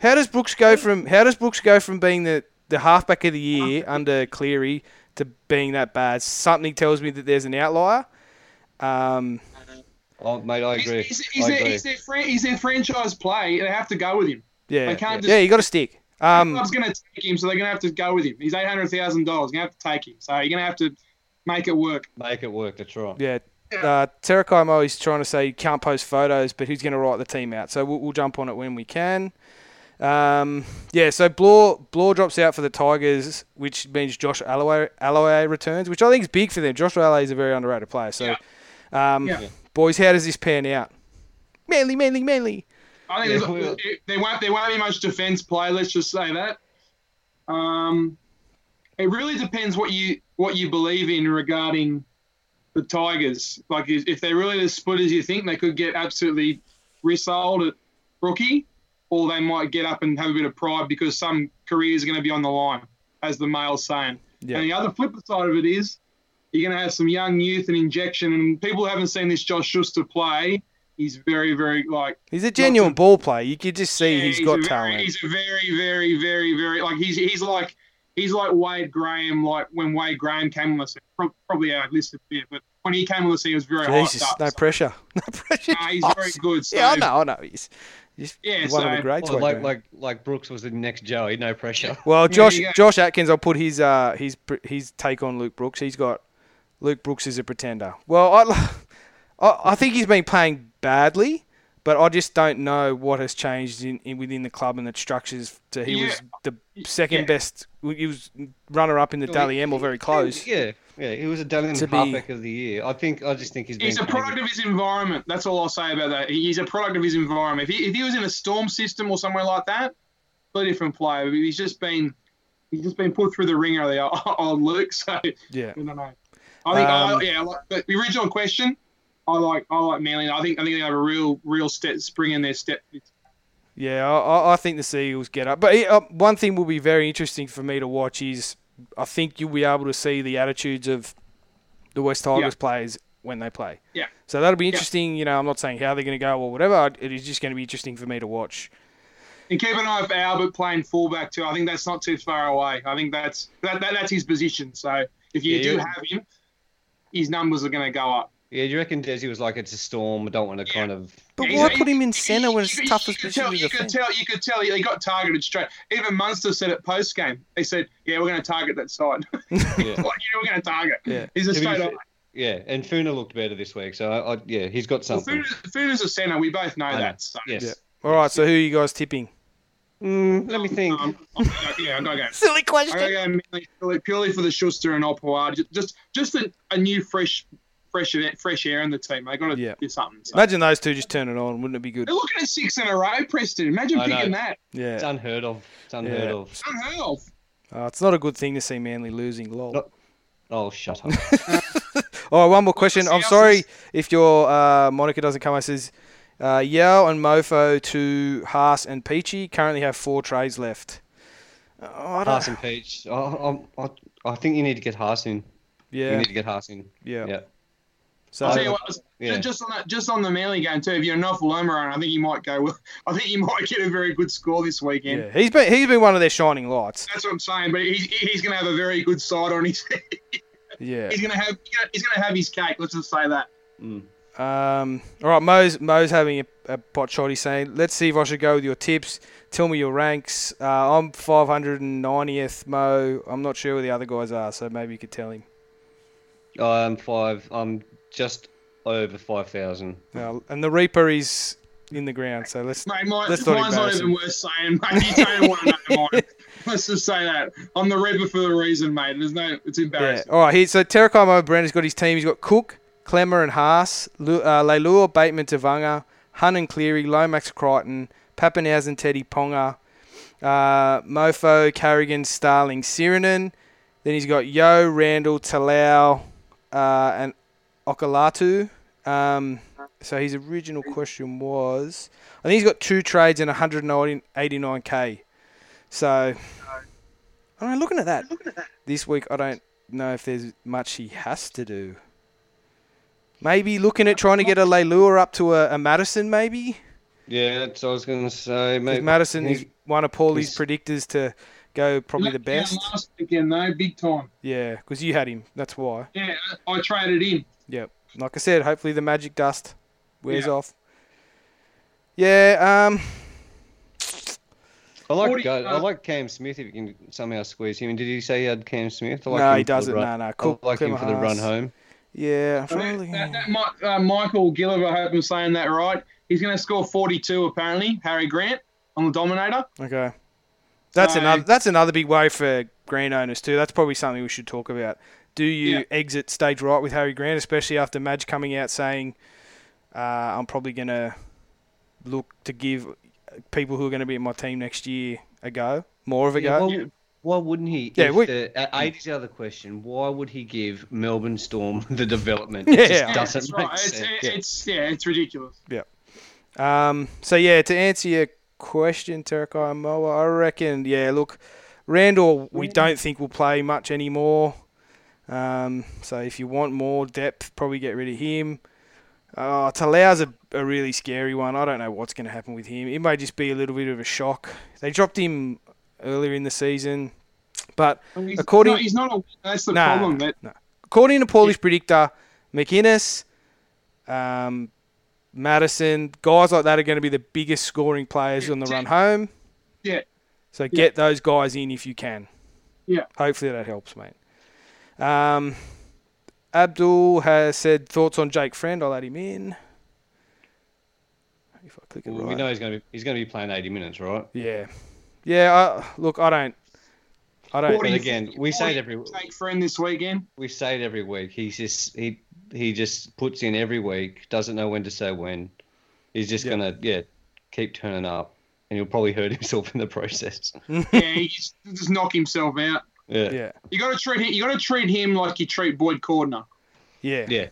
S1: How does Brooks go from how does Brooks go from being the, the halfback of the year under Cleary to being that bad? Something tells me that there's an outlier. Um,
S3: Oh, mate, I
S2: He's,
S3: agree.
S2: he's, he's,
S3: I
S2: their,
S3: agree.
S2: he's, their fran- he's their franchise play, and they have to go with him.
S1: yeah,
S2: I can't
S1: yeah, you got to stick.
S2: The
S1: Um,
S2: club's going to take him, so they're going to have to go with him. He's eight hundred thousand dollars. Going to have to take him, so you're going to have to make it work.
S3: Make it work. That's right.
S1: yeah. Uh, Terakaimo is trying to say you can't post photos, but who's going to write the team out? So we'll, we'll jump on it when we can. Um, yeah, so Blore, Blore drops out for the Tigers, which means Josh Alloway, Alloway returns, which I think is big for them. Josh Alloway is a very underrated player. So, um,
S2: Yeah.
S1: boys, how does this pan out? Manly, manly, manly.
S2: I
S3: Yeah,
S2: think there's
S3: well-
S2: it- there won't there won't be much defence play. Let's just say that. Um, it really depends what you what you believe in regarding the Tigers. Like if if they're really as split as you think, they could get absolutely risold at rookie, or they might get up and have a bit of pride because some careers are going to be on the line, as the male's saying.
S1: Yeah.
S2: And the other flip side of it is you're going to have some young youth and injection, and people who haven't seen this Josh Schuster play. He's very, very like
S1: He's a genuine ball player. You could just see
S2: yeah,
S1: he's got
S2: a very,
S1: talent.
S2: He's a very, very, very, very like he's he's like he's like Wade Graham. Like when Wade Graham came on the scene, prob- probably outlisted here, but when he came on the scene, he was very
S1: Jesus,
S2: hyped up.
S1: no
S2: so,
S1: pressure. No pressure.
S2: nah, he's
S1: Oh,
S2: very good. So,
S1: yeah, I know, I know. He's, he's
S2: Yeah,
S1: one of the
S2: so-
S1: greats.
S3: Well,
S1: Wade Graham.
S3: like like like Brooks was the next Joey. No pressure.
S1: Well,
S2: you
S1: Josh
S2: go.
S1: Josh Atkins, I'll put his uh his pr- his take on Luke Brooks. He's got Luke Brooks is a pretender. Well, I I, I think he's been playing badly, but I just don't know what has changed in, in within the club and the structures. To he
S2: Yeah.
S1: was the second
S2: Yeah.
S1: best. He was runner up in the Daly M or very close.
S3: Yeah, yeah. He was a Dunham
S1: To be-
S3: halfback of the year. I think. I just think he's been.
S2: He's a
S3: crazy.
S2: product of his environment. That's all I'll say about that. He- He's a product of his environment. If he, if he was in a storm system or somewhere like that, a different player. But he's just been he's just been put through the ringer. The old, old Luke. So
S1: Yeah.
S2: I don't know. I think
S1: Um,
S2: I, yeah, I like the, the original question. I like I like Manly. I think I think they have a real real step spring in their step.
S1: Yeah, I- I, I think the Seagulls get up. But uh, one thing will be very interesting for me to watch is I think you'll be able to see the attitudes of the West Tigers players when they play.
S2: Yeah.
S1: So that'll be interesting. You know, I'm not saying how they're going to go or whatever. It is just going to be interesting for me to watch.
S2: And keep an eye for Albert playing fullback too. I think that's not too far away. I think that's that, that that's his position. So if you
S3: Yeah,
S2: do
S3: you-
S2: have him, his numbers are going to go up.
S3: Yeah, you reckon Desi was like it's a storm. I don't want to kind of.
S1: But
S2: Yeah,
S1: why
S2: he's-
S1: put him in centre when it's
S2: You-
S1: the
S2: you-
S1: toughest
S2: you could
S1: position
S2: tell-
S1: to
S2: You could
S1: defend?
S2: tell. You could tell. They got targeted straight. Even Munster said it post game. They said, "Yeah, we're going to target that side. like, yeah, we're going to target."
S1: Yeah.
S2: He's a
S3: If you-
S2: straight up.
S3: yeah, and Funa looked better this week. So I, I, yeah, he's got
S2: Well,
S3: something.
S2: Funa's, Funa's a centre. We both know
S3: I know.
S2: that. So.
S3: Yes.
S1: Yeah. All right, so who are you guys tipping?
S3: Mm, let me think.
S2: Um, I'm gonna go- yeah, I gotta go.
S1: Silly
S2: I gotta
S1: question.
S2: go mainly purely, purely for the Schuster and Opua. Just just, just a, a new fresh fresh air- fresh air in the team. They gotta
S1: Yeah.
S2: do something. So.
S1: Imagine those two just turn it on. Wouldn't it be good?
S2: They're looking at six in a row, Preston. Imagine
S3: I know.
S2: picking that.
S3: It's
S1: Yeah.
S3: unheard of. It's unheard
S1: Yeah.
S3: of.
S2: Unheard of.
S1: Uh, it's not a good thing to see Manly losing. Lol.
S3: Not- Oh, shut up.
S1: All right, one more question. I'm
S2: See,
S1: sorry if your uh, Monica doesn't come. It says uh, Yao and Mofo to Haas and Peachy currently have four trades left. Oh, I don't,
S3: Haas and Peach. Oh, I, I, I think you need to get Haas in. You
S1: yeah,
S3: need to get Haas in.
S1: yeah,
S3: Yeah.
S1: So
S2: I'll tell you what, ju-
S3: yeah.
S2: just on that, just on the Manly game too. If you're not Loma, I think you might go. Well, I think you might get a very good score this weekend.
S1: yeah, he's been he's been one of their shining lights.
S2: That's what I'm saying. But he's, he's going to have a very good side on his.
S1: Yeah.
S2: he's going to have he's going to have his cake. Let's just say that.
S3: Mm.
S1: Um. All right, Mo's Mo's having a, a pot shot. He's saying, "Let's see if I should go with your tips. Tell me your ranks. Uh, I'm 590th. Mo, I'm not sure where the other guys are, so maybe you could tell him.
S3: I'm five. I'm just over five thousand.
S1: Uh, and the Reaper is in the ground, so let's.
S2: Mate, my,
S1: That's
S2: mine's
S1: not
S2: not even worth saying, mate. You don't want to know mine. Let's just say that. I'm the Reaper for a reason, mate. There's no, it's
S1: Yeah.
S2: embarrassing.
S1: All right. Here, so Terracomo Brandon's got his team. He's got Cook, Clemmer, and Haas. Lu- uh, Leilua, Bateman, Tavanga, Hun and Cleary, Lomax, Crichton, Pappenhausen, Teddy Ponga, uh, Mofo, Carrigan, Starling, Sirinen. Then he's got Yo, Randall, Talau, uh, and Okalatu. Um, so his original question was, I think he's got two trades and 189k. So I don't know, looking at that, this week I don't know if there's much he has to do. Maybe looking at trying to get a Leilua up to a, a Madison, maybe.
S3: Yeah, that's what I was gonna say.
S1: 'Cause
S3: Mate.
S1: Madison is
S3: he-
S1: one of Paulie's
S3: he's-
S1: predictors to go probably
S2: Let
S1: the
S2: me down
S1: best.
S2: Last weekend, though, big time.
S1: Yeah, because you had him. That's why.
S2: Yeah, I, I traded in.
S1: Yep. Like I said, hopefully the magic dust wears
S2: Yeah.
S1: off. Yeah. Um.
S3: I like
S2: Forty-
S3: Gu- I like Cam Smith if you can somehow squeeze him. in. Did you say you had Cam Smith? I like
S1: No,
S3: him
S1: he
S3: for the
S1: doesn't.
S3: run-
S1: No, no.
S3: I
S1: Cook,
S3: like him for the run
S1: Clemmer-Haas.
S3: home.
S1: Yeah. I'm trying to
S2: That,
S1: look-
S2: that, that, Mi- uh, Michael Gilliver, I hope I'm saying that right. He's going to score 42, apparently, Harry Grant on the Dominator.
S1: Okay. That's
S2: So-
S1: another that's another big way for green owners too. That's probably something we should talk about. Do you
S2: Yeah.
S1: exit stage right with Harry Grant, especially after Madge coming out saying, uh, "I'm probably going to look to give people who are going to be in my team next year a go, more of a
S3: Yeah,
S1: go."
S3: why, why wouldn't he?
S1: Yeah,
S3: if
S1: we-
S3: the, uh, eight is the other question. Why would he give Melbourne Storm the development? It
S1: Yeah. Yeah,
S3: just
S2: that's
S3: doesn't
S2: right.
S3: make
S2: It's,
S3: sense.
S2: it's,
S3: Yeah.
S2: it's, yeah, it's ridiculous.
S1: Um, so yeah, to answer your question, Terakai Moa, I reckon yeah. Look, Randall, we don't think will play much anymore. Um, so if you want more depth, probably get rid of him. Uh, Talau's a, a really scary one. I don't know what's going to happen with him. It may just be a little bit of a shock. They dropped him earlier in the season, but
S2: He's
S1: According-
S2: not, he's not a. That's the
S1: Nah.
S2: problem. That
S1: according to Polish predictor, McInnes, um, Madison, guys like that are going to be the biggest scoring players on the run home.
S2: Yeah.
S1: So get those guys in if you can.
S2: Yeah.
S1: Hopefully that helps, mate. Um, Abdul has said thoughts on Jake Friend. I'll add him in. If I click it
S3: Well,
S1: right.
S3: We know he's going to be he's going to be playing eighty minutes, right?
S1: Yeah. Yeah. I, look, I don't. I don't.
S3: But
S2: Forty- do you
S3: again, we say it every
S2: take friend this weekend.
S3: we say it every week. He's just he he just puts in every week. Doesn't know when to say when. He's just
S1: Yeah.
S3: gonna yeah keep turning up, and he'll probably hurt himself in the process.
S2: yeah, he just, just knock himself out.
S3: Yeah, yeah.
S1: Yeah.
S2: You got to treat him. You got to treat him like you treat Boyd Cordner.
S1: Yeah. Yeah.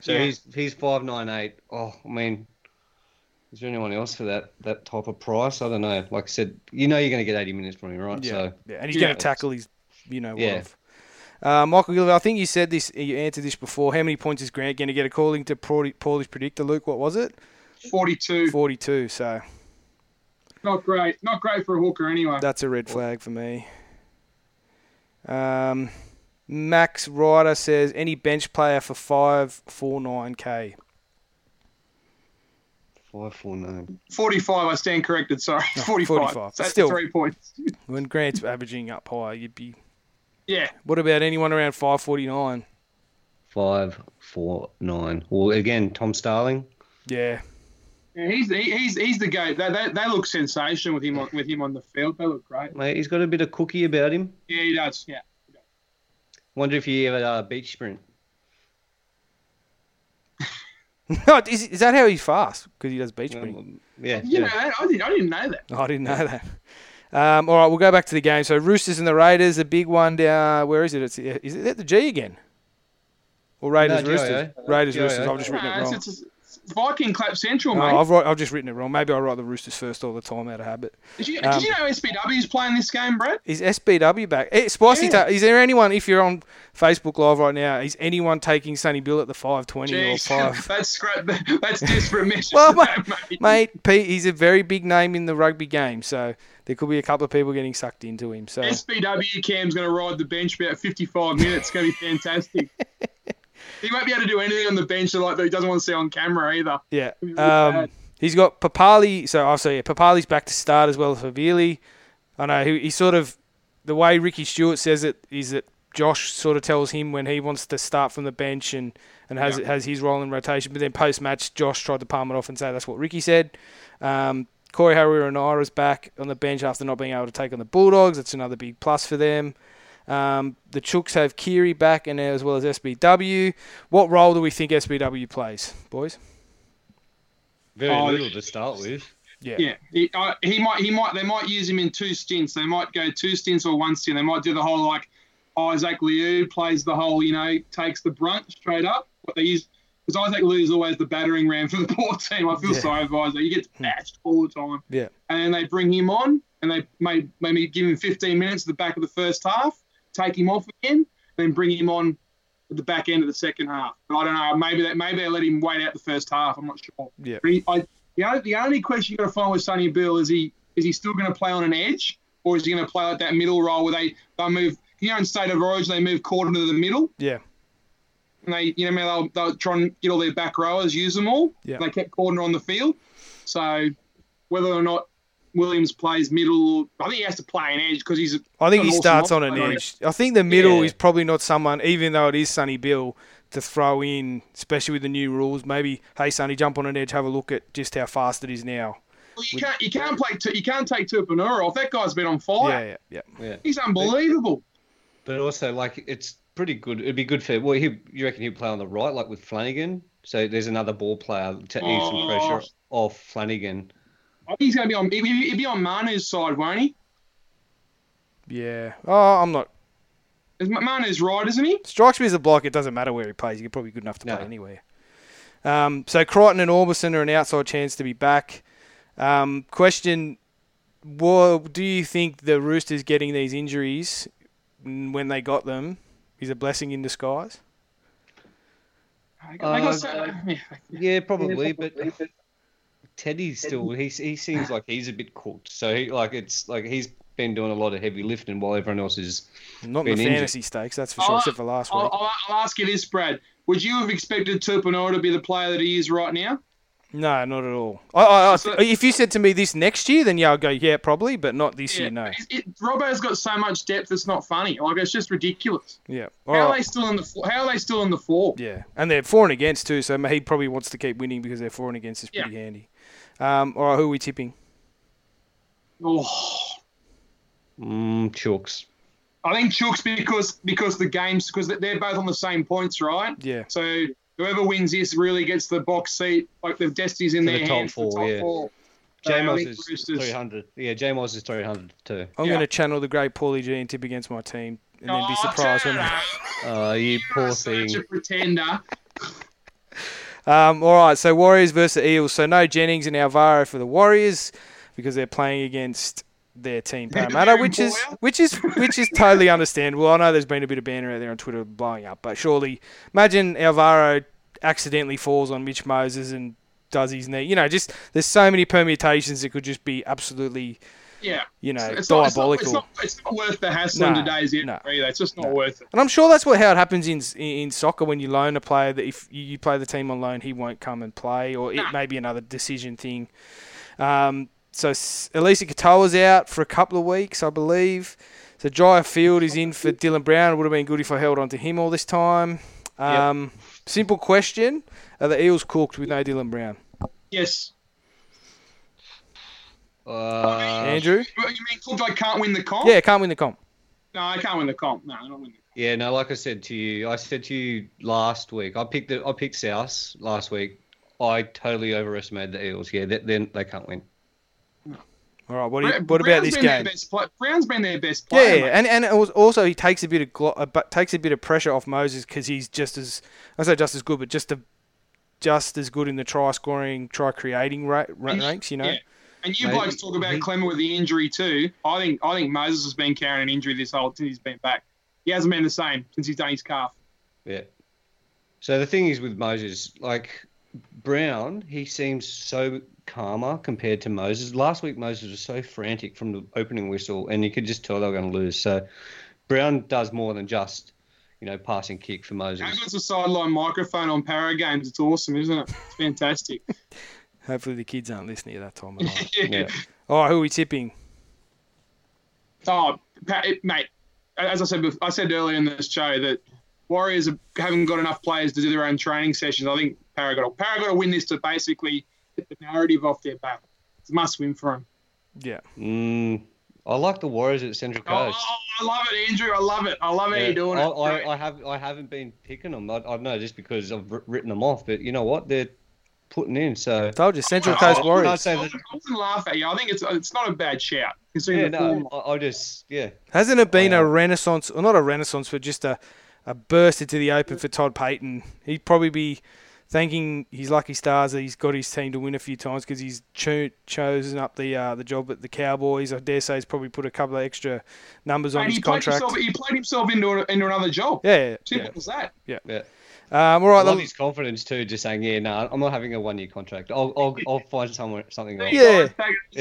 S3: So
S2: Yeah.
S3: he's he's five nine eight. Oh, I mean, is there anyone else for that that type of price? I don't know. Like I said, you know you're gonna get eighty minutes from him, right?
S1: Yeah,
S3: So
S1: yeah, and he's
S2: Yeah.
S1: going to tackle his, you know, what
S3: Yeah.
S1: of. Uh, Michael Gilliver, I think you said this, you answered this before. How many points is Grant going to get according to Pauli- Paulie's predictor, Luke? What was it?
S2: Forty-two.
S1: 42. So
S2: Not great. Not great for a hooker anyway.
S1: that's a red flag for me. Um, Max Ryder says any bench player for 549k.
S3: five four nine.
S2: Forty-five. I stand corrected. Sorry,
S1: No,
S2: forty-five.
S1: 45.
S2: So that's
S1: Still.
S2: three points.
S1: When Grant's averaging up high, you'd be.
S2: Yeah.
S1: What about anyone around 549?
S3: five four nine. Well, again, Tom Starling.
S1: Yeah.
S2: Yeah, he's he, he's he's the guy. They, they, they look sensational with him on, with him on the field. They look great.
S3: Mate, he's got a bit of cookie about him.
S2: Yeah, he does. Yeah.
S3: Wonder if he ever done a beach sprint.
S1: No, is, is that how he fasts? Because he does beach sprinting.
S3: Um, yeah.
S2: You know,
S3: yeah.
S2: that? I didn't I didn't know that.
S1: Oh, I didn't know that. Um, all right, we'll go back to the game. So Roosters and the Raiders, the big one down. Where is it? It's is it at the G again? Or Raiders
S3: GIO.
S1: Roosters? Raiders
S3: GIO.
S1: Roosters. I've just written it
S2: No, it's,
S1: wrong.
S2: it's, it's Viking Clap Central,
S1: No,
S2: mate.
S1: I've, write, I've just written it wrong. Maybe I write the Roosters first all the time out of habit.
S2: did, you,
S1: um,
S2: did you know SBW's playing this game, Brett?
S1: Is SBW back? Eh, spicy. Ta-
S2: Yeah.
S1: is there anyone? If you're on Facebook Live right now, is anyone taking Sonny Bill at the five twenty or
S2: Jeez,
S1: five?
S2: that's scrap. That's desperate measures.
S1: Well, mate,
S2: mate.
S1: Mate, Pete, he's a very big name in the rugby game, so there could be a couple of people getting sucked into him. So
S2: SBW Cam's going to ride the bench about 55 minutes. It's going to be fantastic. he won't be able to do anything on the bench that, like that he doesn't want to see on camera either.
S1: Yeah.
S2: It'd be really
S1: Um,
S2: bad.
S1: he's got Papali. So I'll say yeah, Papali's back to start as well as Havili. I know he, he sort of the way Ricky Stewart says it is that Josh sort of tells him when he wants to start from the bench and and has has his role in rotation. But then post match, Josh tried to palm it off and say that's what Ricky said. Um, Corey Harry is back on the bench after not being able to take on the Bulldogs. That's another big plus for them. Um, the Chooks have Kiri back and as well as SBW. What role do we think SBW plays, boys?
S3: Very
S2: Oh,
S3: little to start with.
S2: Yeah, he, uh, he might. He might. They might use him in two stints. They might go two stints or one stint. They might do the whole like Isaac Liu plays the whole. You know, takes the brunt straight up. But they use because Isaac Liu is always the battering ram for the poor team. I feel
S1: Yeah. Hmm.
S2: sorry for Isaac. He gets bashed all the time.
S1: Yeah.
S2: and then they bring him on and they may maybe give him 15 minutes at the back of the first half, take him off again, then bring him on at the back end of the second half. But I don't know. Maybe that maybe they let him wait out the first half. I'm not sure.
S1: Yeah.
S2: But he, I, the, only, the only question you got to find with Sonny Bill is he is he still going to play on an edge or is he going to play like that middle role where they they move you know in state of origin they move quarter to the middle
S1: Yeah.
S2: and they, you know, I mean, they'll, they'll try and get all their back rowers, use them all.
S1: Yeah.
S2: They kept Cordner on the field. So whether or not Williams plays middle, I think he has to play an edge because he's. a-
S1: I think he
S2: an awesome
S1: starts on an
S2: option.
S1: edge. I think the middle
S3: Yeah.
S1: is probably not someone, even though it is Sonny Bill, to throw in, especially with the new rules. Maybe, hey, Sonny, jump on an edge, have a look at just how fast it is now.
S2: Well, you can't, you can't play. Tu- You can't take Tupanura off. That guy's been on fire.
S1: Yeah, yeah, yeah.
S3: Yeah.
S2: He's unbelievable.
S3: But also, like, it's pretty good. It'd be good for. Well, he, you reckon he'd play on the right, like with Flanagan. So there's another ball player to ease some
S2: Oh.
S3: pressure off Flanagan.
S2: I think he's going to be on. He'll be, he'll be on Manu's side, won't he?
S1: Yeah. Oh, I'm not.
S2: Is Ma- Manu's right, isn't he?
S1: Strikes me as a block. It doesn't matter where he plays. He's probably good enough to
S3: No.
S1: play anywhere. Um, so Crichton and Orbison are an outside chance to be back. Um, question: wha- Do you think the Roosters getting these injuries mm, when they got them is a blessing in disguise?
S2: They got- they got
S3: Uh,
S2: so- yeah.
S3: Yeah, probably. but Teddy still, he he seems like he's a bit cooked. So he like it's like he's been doing a lot of heavy lifting while everyone else is.
S1: Not in
S3: Been
S1: the
S3: injured.
S1: fantasy stakes, that's for sure,
S2: I'll-
S1: except for last
S2: I'll,
S1: week.
S2: I'll, I'll ask you this, Brad. Would you have expected Tupanura to be the player that he is right now?
S1: No, not at all. I, I, I,
S2: So-
S1: if you said to me this next year, then yeah, I'd go, yeah, probably, but not this year, no.
S2: but It, it, Robbo's got so much depth. It's not funny. Like it's just ridiculous.
S1: Yeah.
S2: How
S1: All
S2: are they
S1: right.
S2: still in the fo- How are they still in the four?
S1: Yeah. And they're for and against, too, so he probably wants to keep winning because they're for and against is pretty handy. Um, all right, who are we tipping?
S2: Oh,
S3: Mm, chooks.
S2: I think Chooks because because the games because they're both on the same points, right?
S1: Yeah.
S2: So whoever wins this really gets the box seat. Like the destiny's in
S3: For the
S2: their
S3: top
S2: hands.
S3: four,
S2: the top
S3: yeah.
S2: four. So I
S3: J Moss
S2: think
S3: is
S2: Roosters-
S3: three hundred. Yeah, J Moss is three hundred too.
S1: I'm
S2: Yeah.
S1: going to channel the great Paulie G and tip against my team and then be
S2: Oh,
S1: surprised when
S2: turn it
S1: I.
S2: up.
S3: Oh, you poor
S2: Such
S3: thing.
S2: a pretender.
S1: Um, all right, so Warriors versus Eels. So no Jennings and Alvaro for the Warriors because they're playing against their team
S2: They're
S1: Parramatta,
S2: very
S1: which is
S2: loyal.
S1: which is which is totally understandable. I know there's been a bit of banner out there on Twitter blowing up, but surely imagine Alvaro accidentally falls on Mitch Moses and does his knee. You know, just there's so many permutations that could just be absolutely,
S2: Yeah.
S1: you know,
S2: It's not, it's, not,
S1: diabolical.
S2: it's, not, it's not worth the hassle
S1: No,
S2: in today's
S1: no.
S2: era either. It's just not worth it.
S1: And I'm sure that's what how it happens in in soccer when you loan a player that if you you play the team on loan, he won't come and play, or it
S2: Nah.
S1: may be another decision thing. Um, so S- Elisa Katoa's out for a couple of weeks, I believe. So Jaya Field is in for Dylan Brown. It would have been good if I held on to him all this time. Um, Simple question: Are the Eels cooked with no Dylan Brown?
S2: Yes.
S3: Uh,
S1: Andrew?
S2: You mean cooked? I can't win the comp.
S1: Yeah, can't win the comp.
S2: No, I can't win the comp. No, I don't win the comp.
S3: yeah, no. Like I said to you, I said to you last week. I picked the, I picked South last week. I totally overestimated the Eels. Yeah, they, then they can't win.
S1: All right. What, do you,
S2: Bra-
S1: what about
S2: Brown's
S1: this
S2: been their
S1: game?
S2: best pla- Brown's been their best
S1: Yeah,
S2: player. mate.
S1: and and it was also he takes a bit of glo- uh, but takes a bit of pressure off Moses because he's just as I say just as good, but just a, just as good in the try scoring, try creating ra- ra-
S2: And-
S1: ranks. You know,
S2: yeah. And you
S3: Maybe-
S2: blokes talk about Clemmer with the injury too. I think I think Moses has been carrying an injury this whole since he's been back. He hasn't been the same since he's done his calf.
S3: Yeah. So the thing is with Moses, like Brown, he seems so calmer compared to Moses. Last week, Moses was so frantic from the opening whistle, and you could just tell they were going to lose. So Brown does more than just, you know, passing kick for
S2: How
S3: Moses.
S2: good's a sideline microphone on para games? It's awesome, isn't it? It's fantastic.
S1: hopefully the kids aren't listening at that time. Of night.
S3: Yeah.
S1: All right, who are we tipping?
S2: Oh, Pat, it- mate, as I said, bef- I said earlier in this show that Warriors haven't got enough players to do their own training sessions. I think Para got to, Para got to win this to basically get the narrative off their back. It's a must win for them.
S1: Yeah,
S3: Mm, I like the Warriors at Central
S2: Oh,
S3: Coast.
S2: oh, I love it, Andrew. I love it. I love how
S3: Yeah,
S2: you're doing
S3: I,
S2: it.
S3: I, I have I haven't been picking them. I, I don't know just because I've wr- written them off, but you know what they're putting in. So
S1: told you Central
S2: Oh,
S1: Coast
S2: oh,
S3: I'd
S1: Warriors.
S3: say
S2: I
S3: that,
S2: wouldn't- I wouldn't laugh at you. I think it's it's not a bad shout. Considering
S3: yeah,
S2: the
S3: no,
S2: form.
S3: I, I just yeah.
S1: Hasn't it been
S3: Oh,
S1: a
S3: yeah.
S1: renaissance, or not a renaissance, but just a, a burst into the open for Todd Payton? He'd probably be thanking his lucky stars that he's got his team to win a few times because he's cho- chosen up the uh, the job at the Cowboys. I dare say he's probably put a couple of extra numbers on
S2: Mate,
S1: his
S2: he, played
S1: contract.
S2: himself, he played himself into into another job.
S1: Yeah, yeah.
S2: Simple as that.
S3: yeah.
S1: yeah. Um, all
S3: I
S1: right,
S3: love
S1: the-
S3: his confidence too, just saying, yeah, no, I'm not having a one year contract. I'll, I'll, I'll find somewhere something else.
S1: Yeah.
S3: Yeah,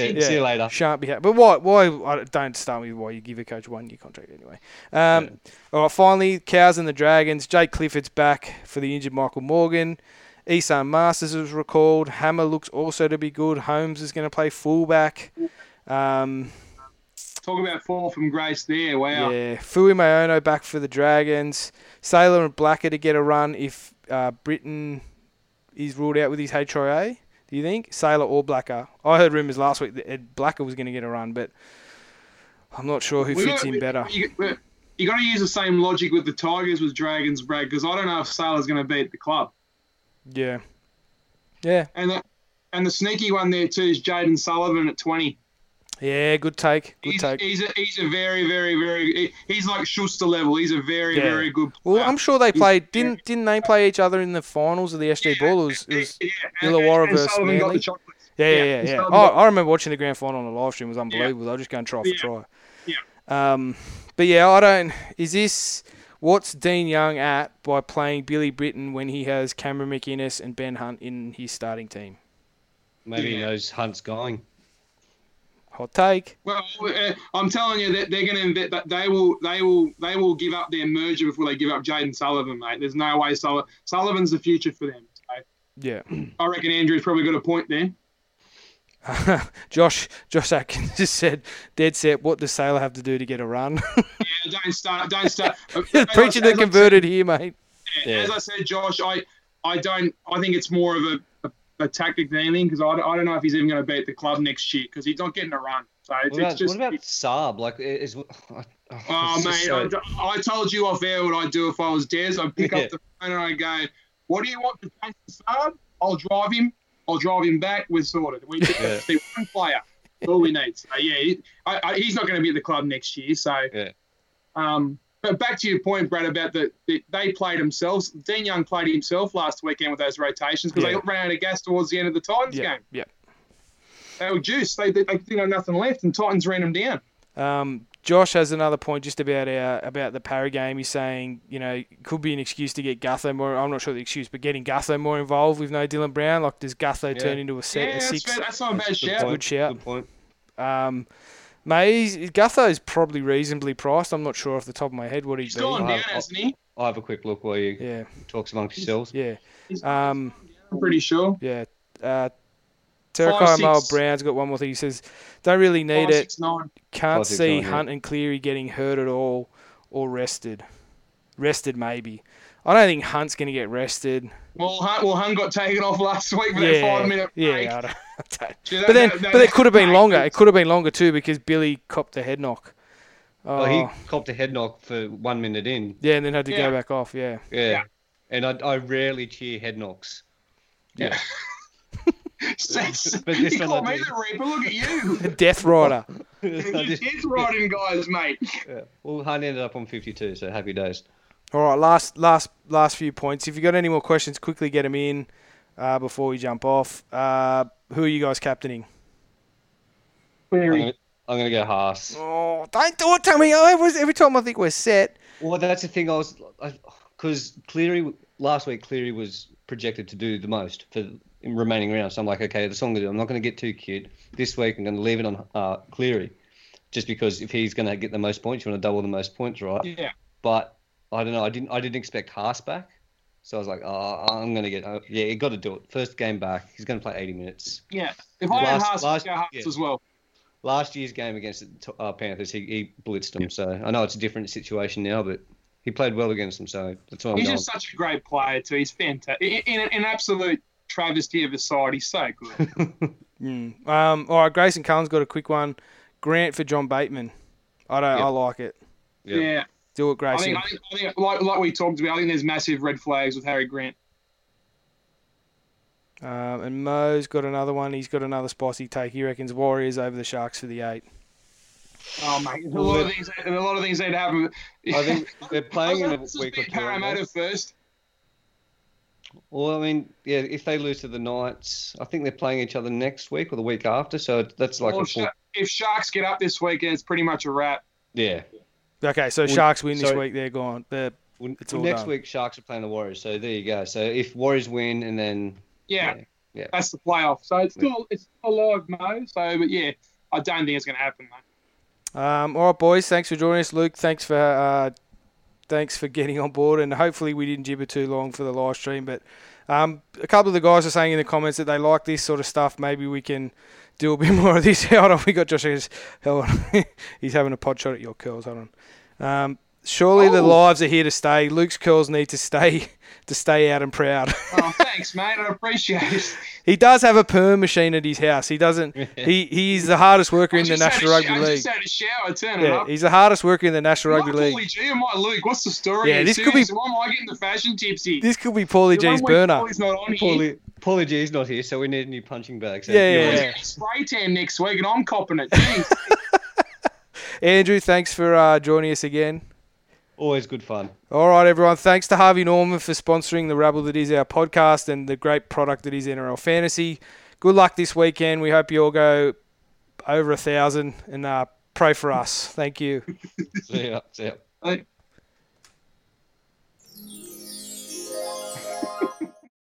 S2: It's-
S1: Yeah.
S3: See you later.
S1: Shan't be happy. But why? Why? I don't start with why you give a coach one year contract anyway. Um, All right. Finally, cows and the dragons. Jake Clifford's back for the injured Michael Morgan. Isan Masters was recalled. Hammer looks also to be good. Holmes is going to play fullback. Um,
S2: Talk about fall from grace there. Wow.
S1: yeah, Fui Maono back for the Dragons. Sailor and Blacker to get a run if uh, Britain is ruled out with his HIA. Do you think Sailor or Blacker? I heard rumours last week that Ed Blacker was going to get a run, but I'm not sure who
S2: We
S1: fits
S2: got-
S1: in better.
S2: You, you got to use the same logic with the Tigers with Dragons, Brad, because I don't know if Sailor's going to beat the club.
S1: Yeah, yeah,
S2: And the, and the sneaky one there too is Jaden Sullivan at twenty.
S1: yeah. Good take. Good
S2: He's,
S1: take.
S2: he's a he's a very very very he- he's like Schuster level. He's a very
S1: Yeah.
S2: very good.
S1: Well,
S2: player.
S1: I'm sure they
S2: he's-
S1: played. Didn't didn't they play each other in the finals of the SG Ball? It was, it was
S2: yeah,
S1: Illawarra versus
S2: Sullivan got
S1: Manly.
S2: the chocolate.
S1: Yeah, yeah,
S2: Yeah,
S1: yeah.
S2: it's
S1: yeah.
S2: not
S1: Oh,
S2: about-
S1: I remember watching the grand final on the live stream. It was unbelievable. They were just going try for
S2: Yeah.
S1: try. Yeah. Um, but yeah, I don't. Is this what's Dean Young at by playing Billy Britton when he has Cameron McInnes and Ben Hunt in his starting team?
S3: Maybe he
S2: Yeah.
S3: knows Hunt's going.
S1: Hot take.
S2: Well, uh, I'm telling you that they're going to invest. That they will, they will, they will give up their merger before they give up Jaden Sullivan, mate. There's no way Sullivan, Sullivan's the future for them. So
S1: Yeah.
S2: I reckon Andrew's probably got a point there.
S1: Josh Josh Atkins just said, dead set. What does Sailor have to do to get a run?
S2: Yeah, don't start, don't start.
S1: Preaching
S2: as I-
S1: the converted here, mate.
S3: Yeah.
S2: As I said, Josh, I, I don't. I think it's more of a, a, a tactic than anything because I, don't- I don't know if he's even going to beat the club next year because he's not getting a run. So it's,
S3: What about,
S2: it's just.
S3: what about Saab? Like, is, oh,
S2: Oh,
S3: it's
S2: mate,
S3: just
S2: I,
S3: so-
S2: I told you off air what I'd do if I was Des. I'd pick
S3: Yeah.
S2: up the phone and I'd go, What do you want for Jason Saab? I'll drive him. I'll drive him back. We're sorted. We just
S3: Yeah.
S2: need one player. That's all we need. So, yeah, he, I, I, he's not going to be at the club next year. So,
S3: Yeah.
S2: um, but back to your point, Brad, about the, the they played themselves. Dean Young played himself last weekend with those rotations because
S1: Yeah.
S2: they ran out of gas towards the end of the Titans
S1: Yeah.
S2: game.
S1: Yeah.
S2: They were juiced. They, they, they didn't have nothing left, and Titans ran them down.
S1: Um, Josh has another point just about our about the para game. He's saying you know it could be an excuse to get Gutho more. I'm not sure the excuse, but getting Gutho more involved with no Dylan Brown. Like does Gutho
S3: Yeah.
S1: turn into a, set,
S2: yeah,
S1: a
S2: that's,
S1: six?
S2: fair. that's not a bad
S3: good
S2: shout.
S3: point,
S1: Good shout.
S3: Good point.
S1: Um, mate, he's, Gutho's probably reasonably priced. I'm not sure off the top of my head what he'd
S2: He's
S1: be.
S2: gone down,
S3: Wow.
S2: hasn't he?
S3: I'll have a quick look while you
S1: Yeah,
S3: talks amongst yourselves.
S1: yeah,
S2: He's-
S1: um,
S2: I'm pretty sure.
S1: yeah. Uh,
S2: Five,
S1: Terracotta Mile
S2: six.
S1: Brown's got one more thing. He says, "Don't really need
S2: Five,
S1: it.
S2: six, nine.
S1: Can't
S3: Five, six,
S1: see
S3: nine, yeah.
S1: Hunt and Cleary getting hurt at all or rested. Rested, maybe. I don't think Hunt's going to get rested.
S2: Well, Hunt, well, Hunt got taken off last week for that
S1: yeah,
S2: five minute break.
S1: yeah. I don't, I don't-
S2: Gee, that-
S1: But then,
S2: that-
S1: but
S2: that-
S1: it could have been
S2: that-
S1: longer. It could have been longer too because Billy copped the head knock. Oh,
S3: Well, he copped a head knock for one minute in.
S1: yeah, and then had to
S2: Yeah.
S1: go back off. Yeah,
S3: Yeah.
S2: Yeah.
S3: And I, I rarely cheer head knocks.
S2: Yeah. Six.
S3: But this
S2: you
S3: one
S2: called
S3: I
S2: me
S3: did.
S2: the Reaper. Look at you.
S1: Death Rider.
S3: I
S2: You
S3: just-
S2: did riding guys, mate.
S3: yeah. Well, Hunt ended up on 52, so happy days.
S1: All right, last last last few points. If you got any more questions, quickly get them in uh, before we jump off. Uh, who are you guys captaining?
S3: I'm
S2: Very
S3: gonna, I'm gonna go Haas.
S1: Oh, don't do it to me. I always, every time I think we're set.
S3: Well, that's the thing. I was because Cleary last week. Cleary was projected to do the most for the remaining rounds. So I'm like, okay, that's all I'm gonna do. I'm not gonna get too cute this week. I'm gonna leave it on uh, Cleary, just because if he's gonna get the most points, you want to double the most points, right?
S2: yeah.
S3: But I don't know. I didn't. I didn't expect Haas back, so I was like, oh, I'm gonna get. Uh, yeah, you got to do it. First game back. He's gonna play 80 minutes.
S2: Yeah. If I had
S3: Last-
S2: Haas, I'd
S3: last-
S2: go Haas
S3: yeah.
S2: as well.
S3: Last year's game against the T- uh, Panthers, he, he blitzed them. So I know it's a different situation now, but he played well against them. So that's why I'm
S2: He's
S3: going.
S2: just such a great player too. He's fantastic. In in- an absolute travesty of his side, he's so good.
S1: Mm. Um, all right, Grayson Cullen's got a quick one. Grant for John Bateman. I don't.
S3: Yeah.
S1: I like it.
S2: yeah.
S1: Do it,
S2: I,
S1: Grayson.
S2: think, I think, I think like, like we talked about, I think there's massive red flags with Harry Grant.
S1: Um, and Mo's got another one. He's got another spicy take. He reckons Warriors over the Sharks for the eight.
S2: Oh mate, there's a lot of things. A lot of things need to happen.
S3: I think they're playing in a
S2: Let's
S3: week or
S2: beat
S3: two. aren't they?
S2: Parramatta first.
S3: Well, I mean, yeah, if they lose to the Knights, I think they're playing each other next week or the week after. So it- that's like
S2: Well,
S3: a
S2: if,
S3: four.
S2: Shark- if Sharks get up this weekend, it's pretty much a wrap.
S3: Yeah.
S1: Okay, so
S3: Would-
S1: Sharks win this
S3: sorry.
S1: week. They're gone. They're,
S3: Well,
S1: It's all
S3: next
S1: done.
S3: week, Sharks are playing the Warriors. So there you go. So if Warriors win and then.
S2: Yeah,
S3: Yeah, yeah.
S2: that's the playoff. So it's still it's still alive, Mo. So, but yeah, I don't think it's going to happen, mate.
S1: um, all right, boys. Thanks for joining us, Luke. Thanks for uh, thanks for getting on board. And hopefully we didn't gibber too long for the live stream. But um, a couple of the guys are saying in the comments that they like this sort of stuff. Maybe we can do a bit more of this. Hold on, we got Josh. Harris. Hold on, he's having a pod shot at your curls. Hold on. Um, surely the
S2: Oh.
S1: lives are here to stay. Luke's curls need to stay to stay out and proud.
S2: Oh, thanks, mate. I appreciate it.
S1: He does have a perm machine at his house. He doesn't. He he is the hardest worker
S2: I
S1: in the
S2: just had
S1: National
S2: a
S1: Rugby
S2: sho- I
S1: League.
S2: just had a shower. Turn it
S1: Yeah,
S2: up.
S1: he's the hardest worker in the National Rugby
S2: my
S1: League.
S2: Paulie G and my Luke. What's the story?
S1: Yeah,
S2: here?
S1: this could be-
S2: Seriously, Why am I getting the fashion tips here?
S1: This could be Paulie
S2: The one
S1: G's
S2: week
S1: burner.
S2: Paulie's not on here.
S3: Paulie, Paulie G's not here, so we need a new punching bag. So
S1: Yeah, yeah,
S2: He's
S1: yeah.
S2: getting spray tan next week, and I'm copping it. Jeez.
S1: Andrew, thanks for uh, joining us again.
S3: Always good fun.
S1: All right, everyone. Thanks to Harvey Norman for sponsoring the rabble that is our podcast and the great product that is NRL Fantasy. Good luck this weekend. We hope you all go over a thousand and uh, pray for us. Thank you.
S3: See ya. See ya.
S2: Like,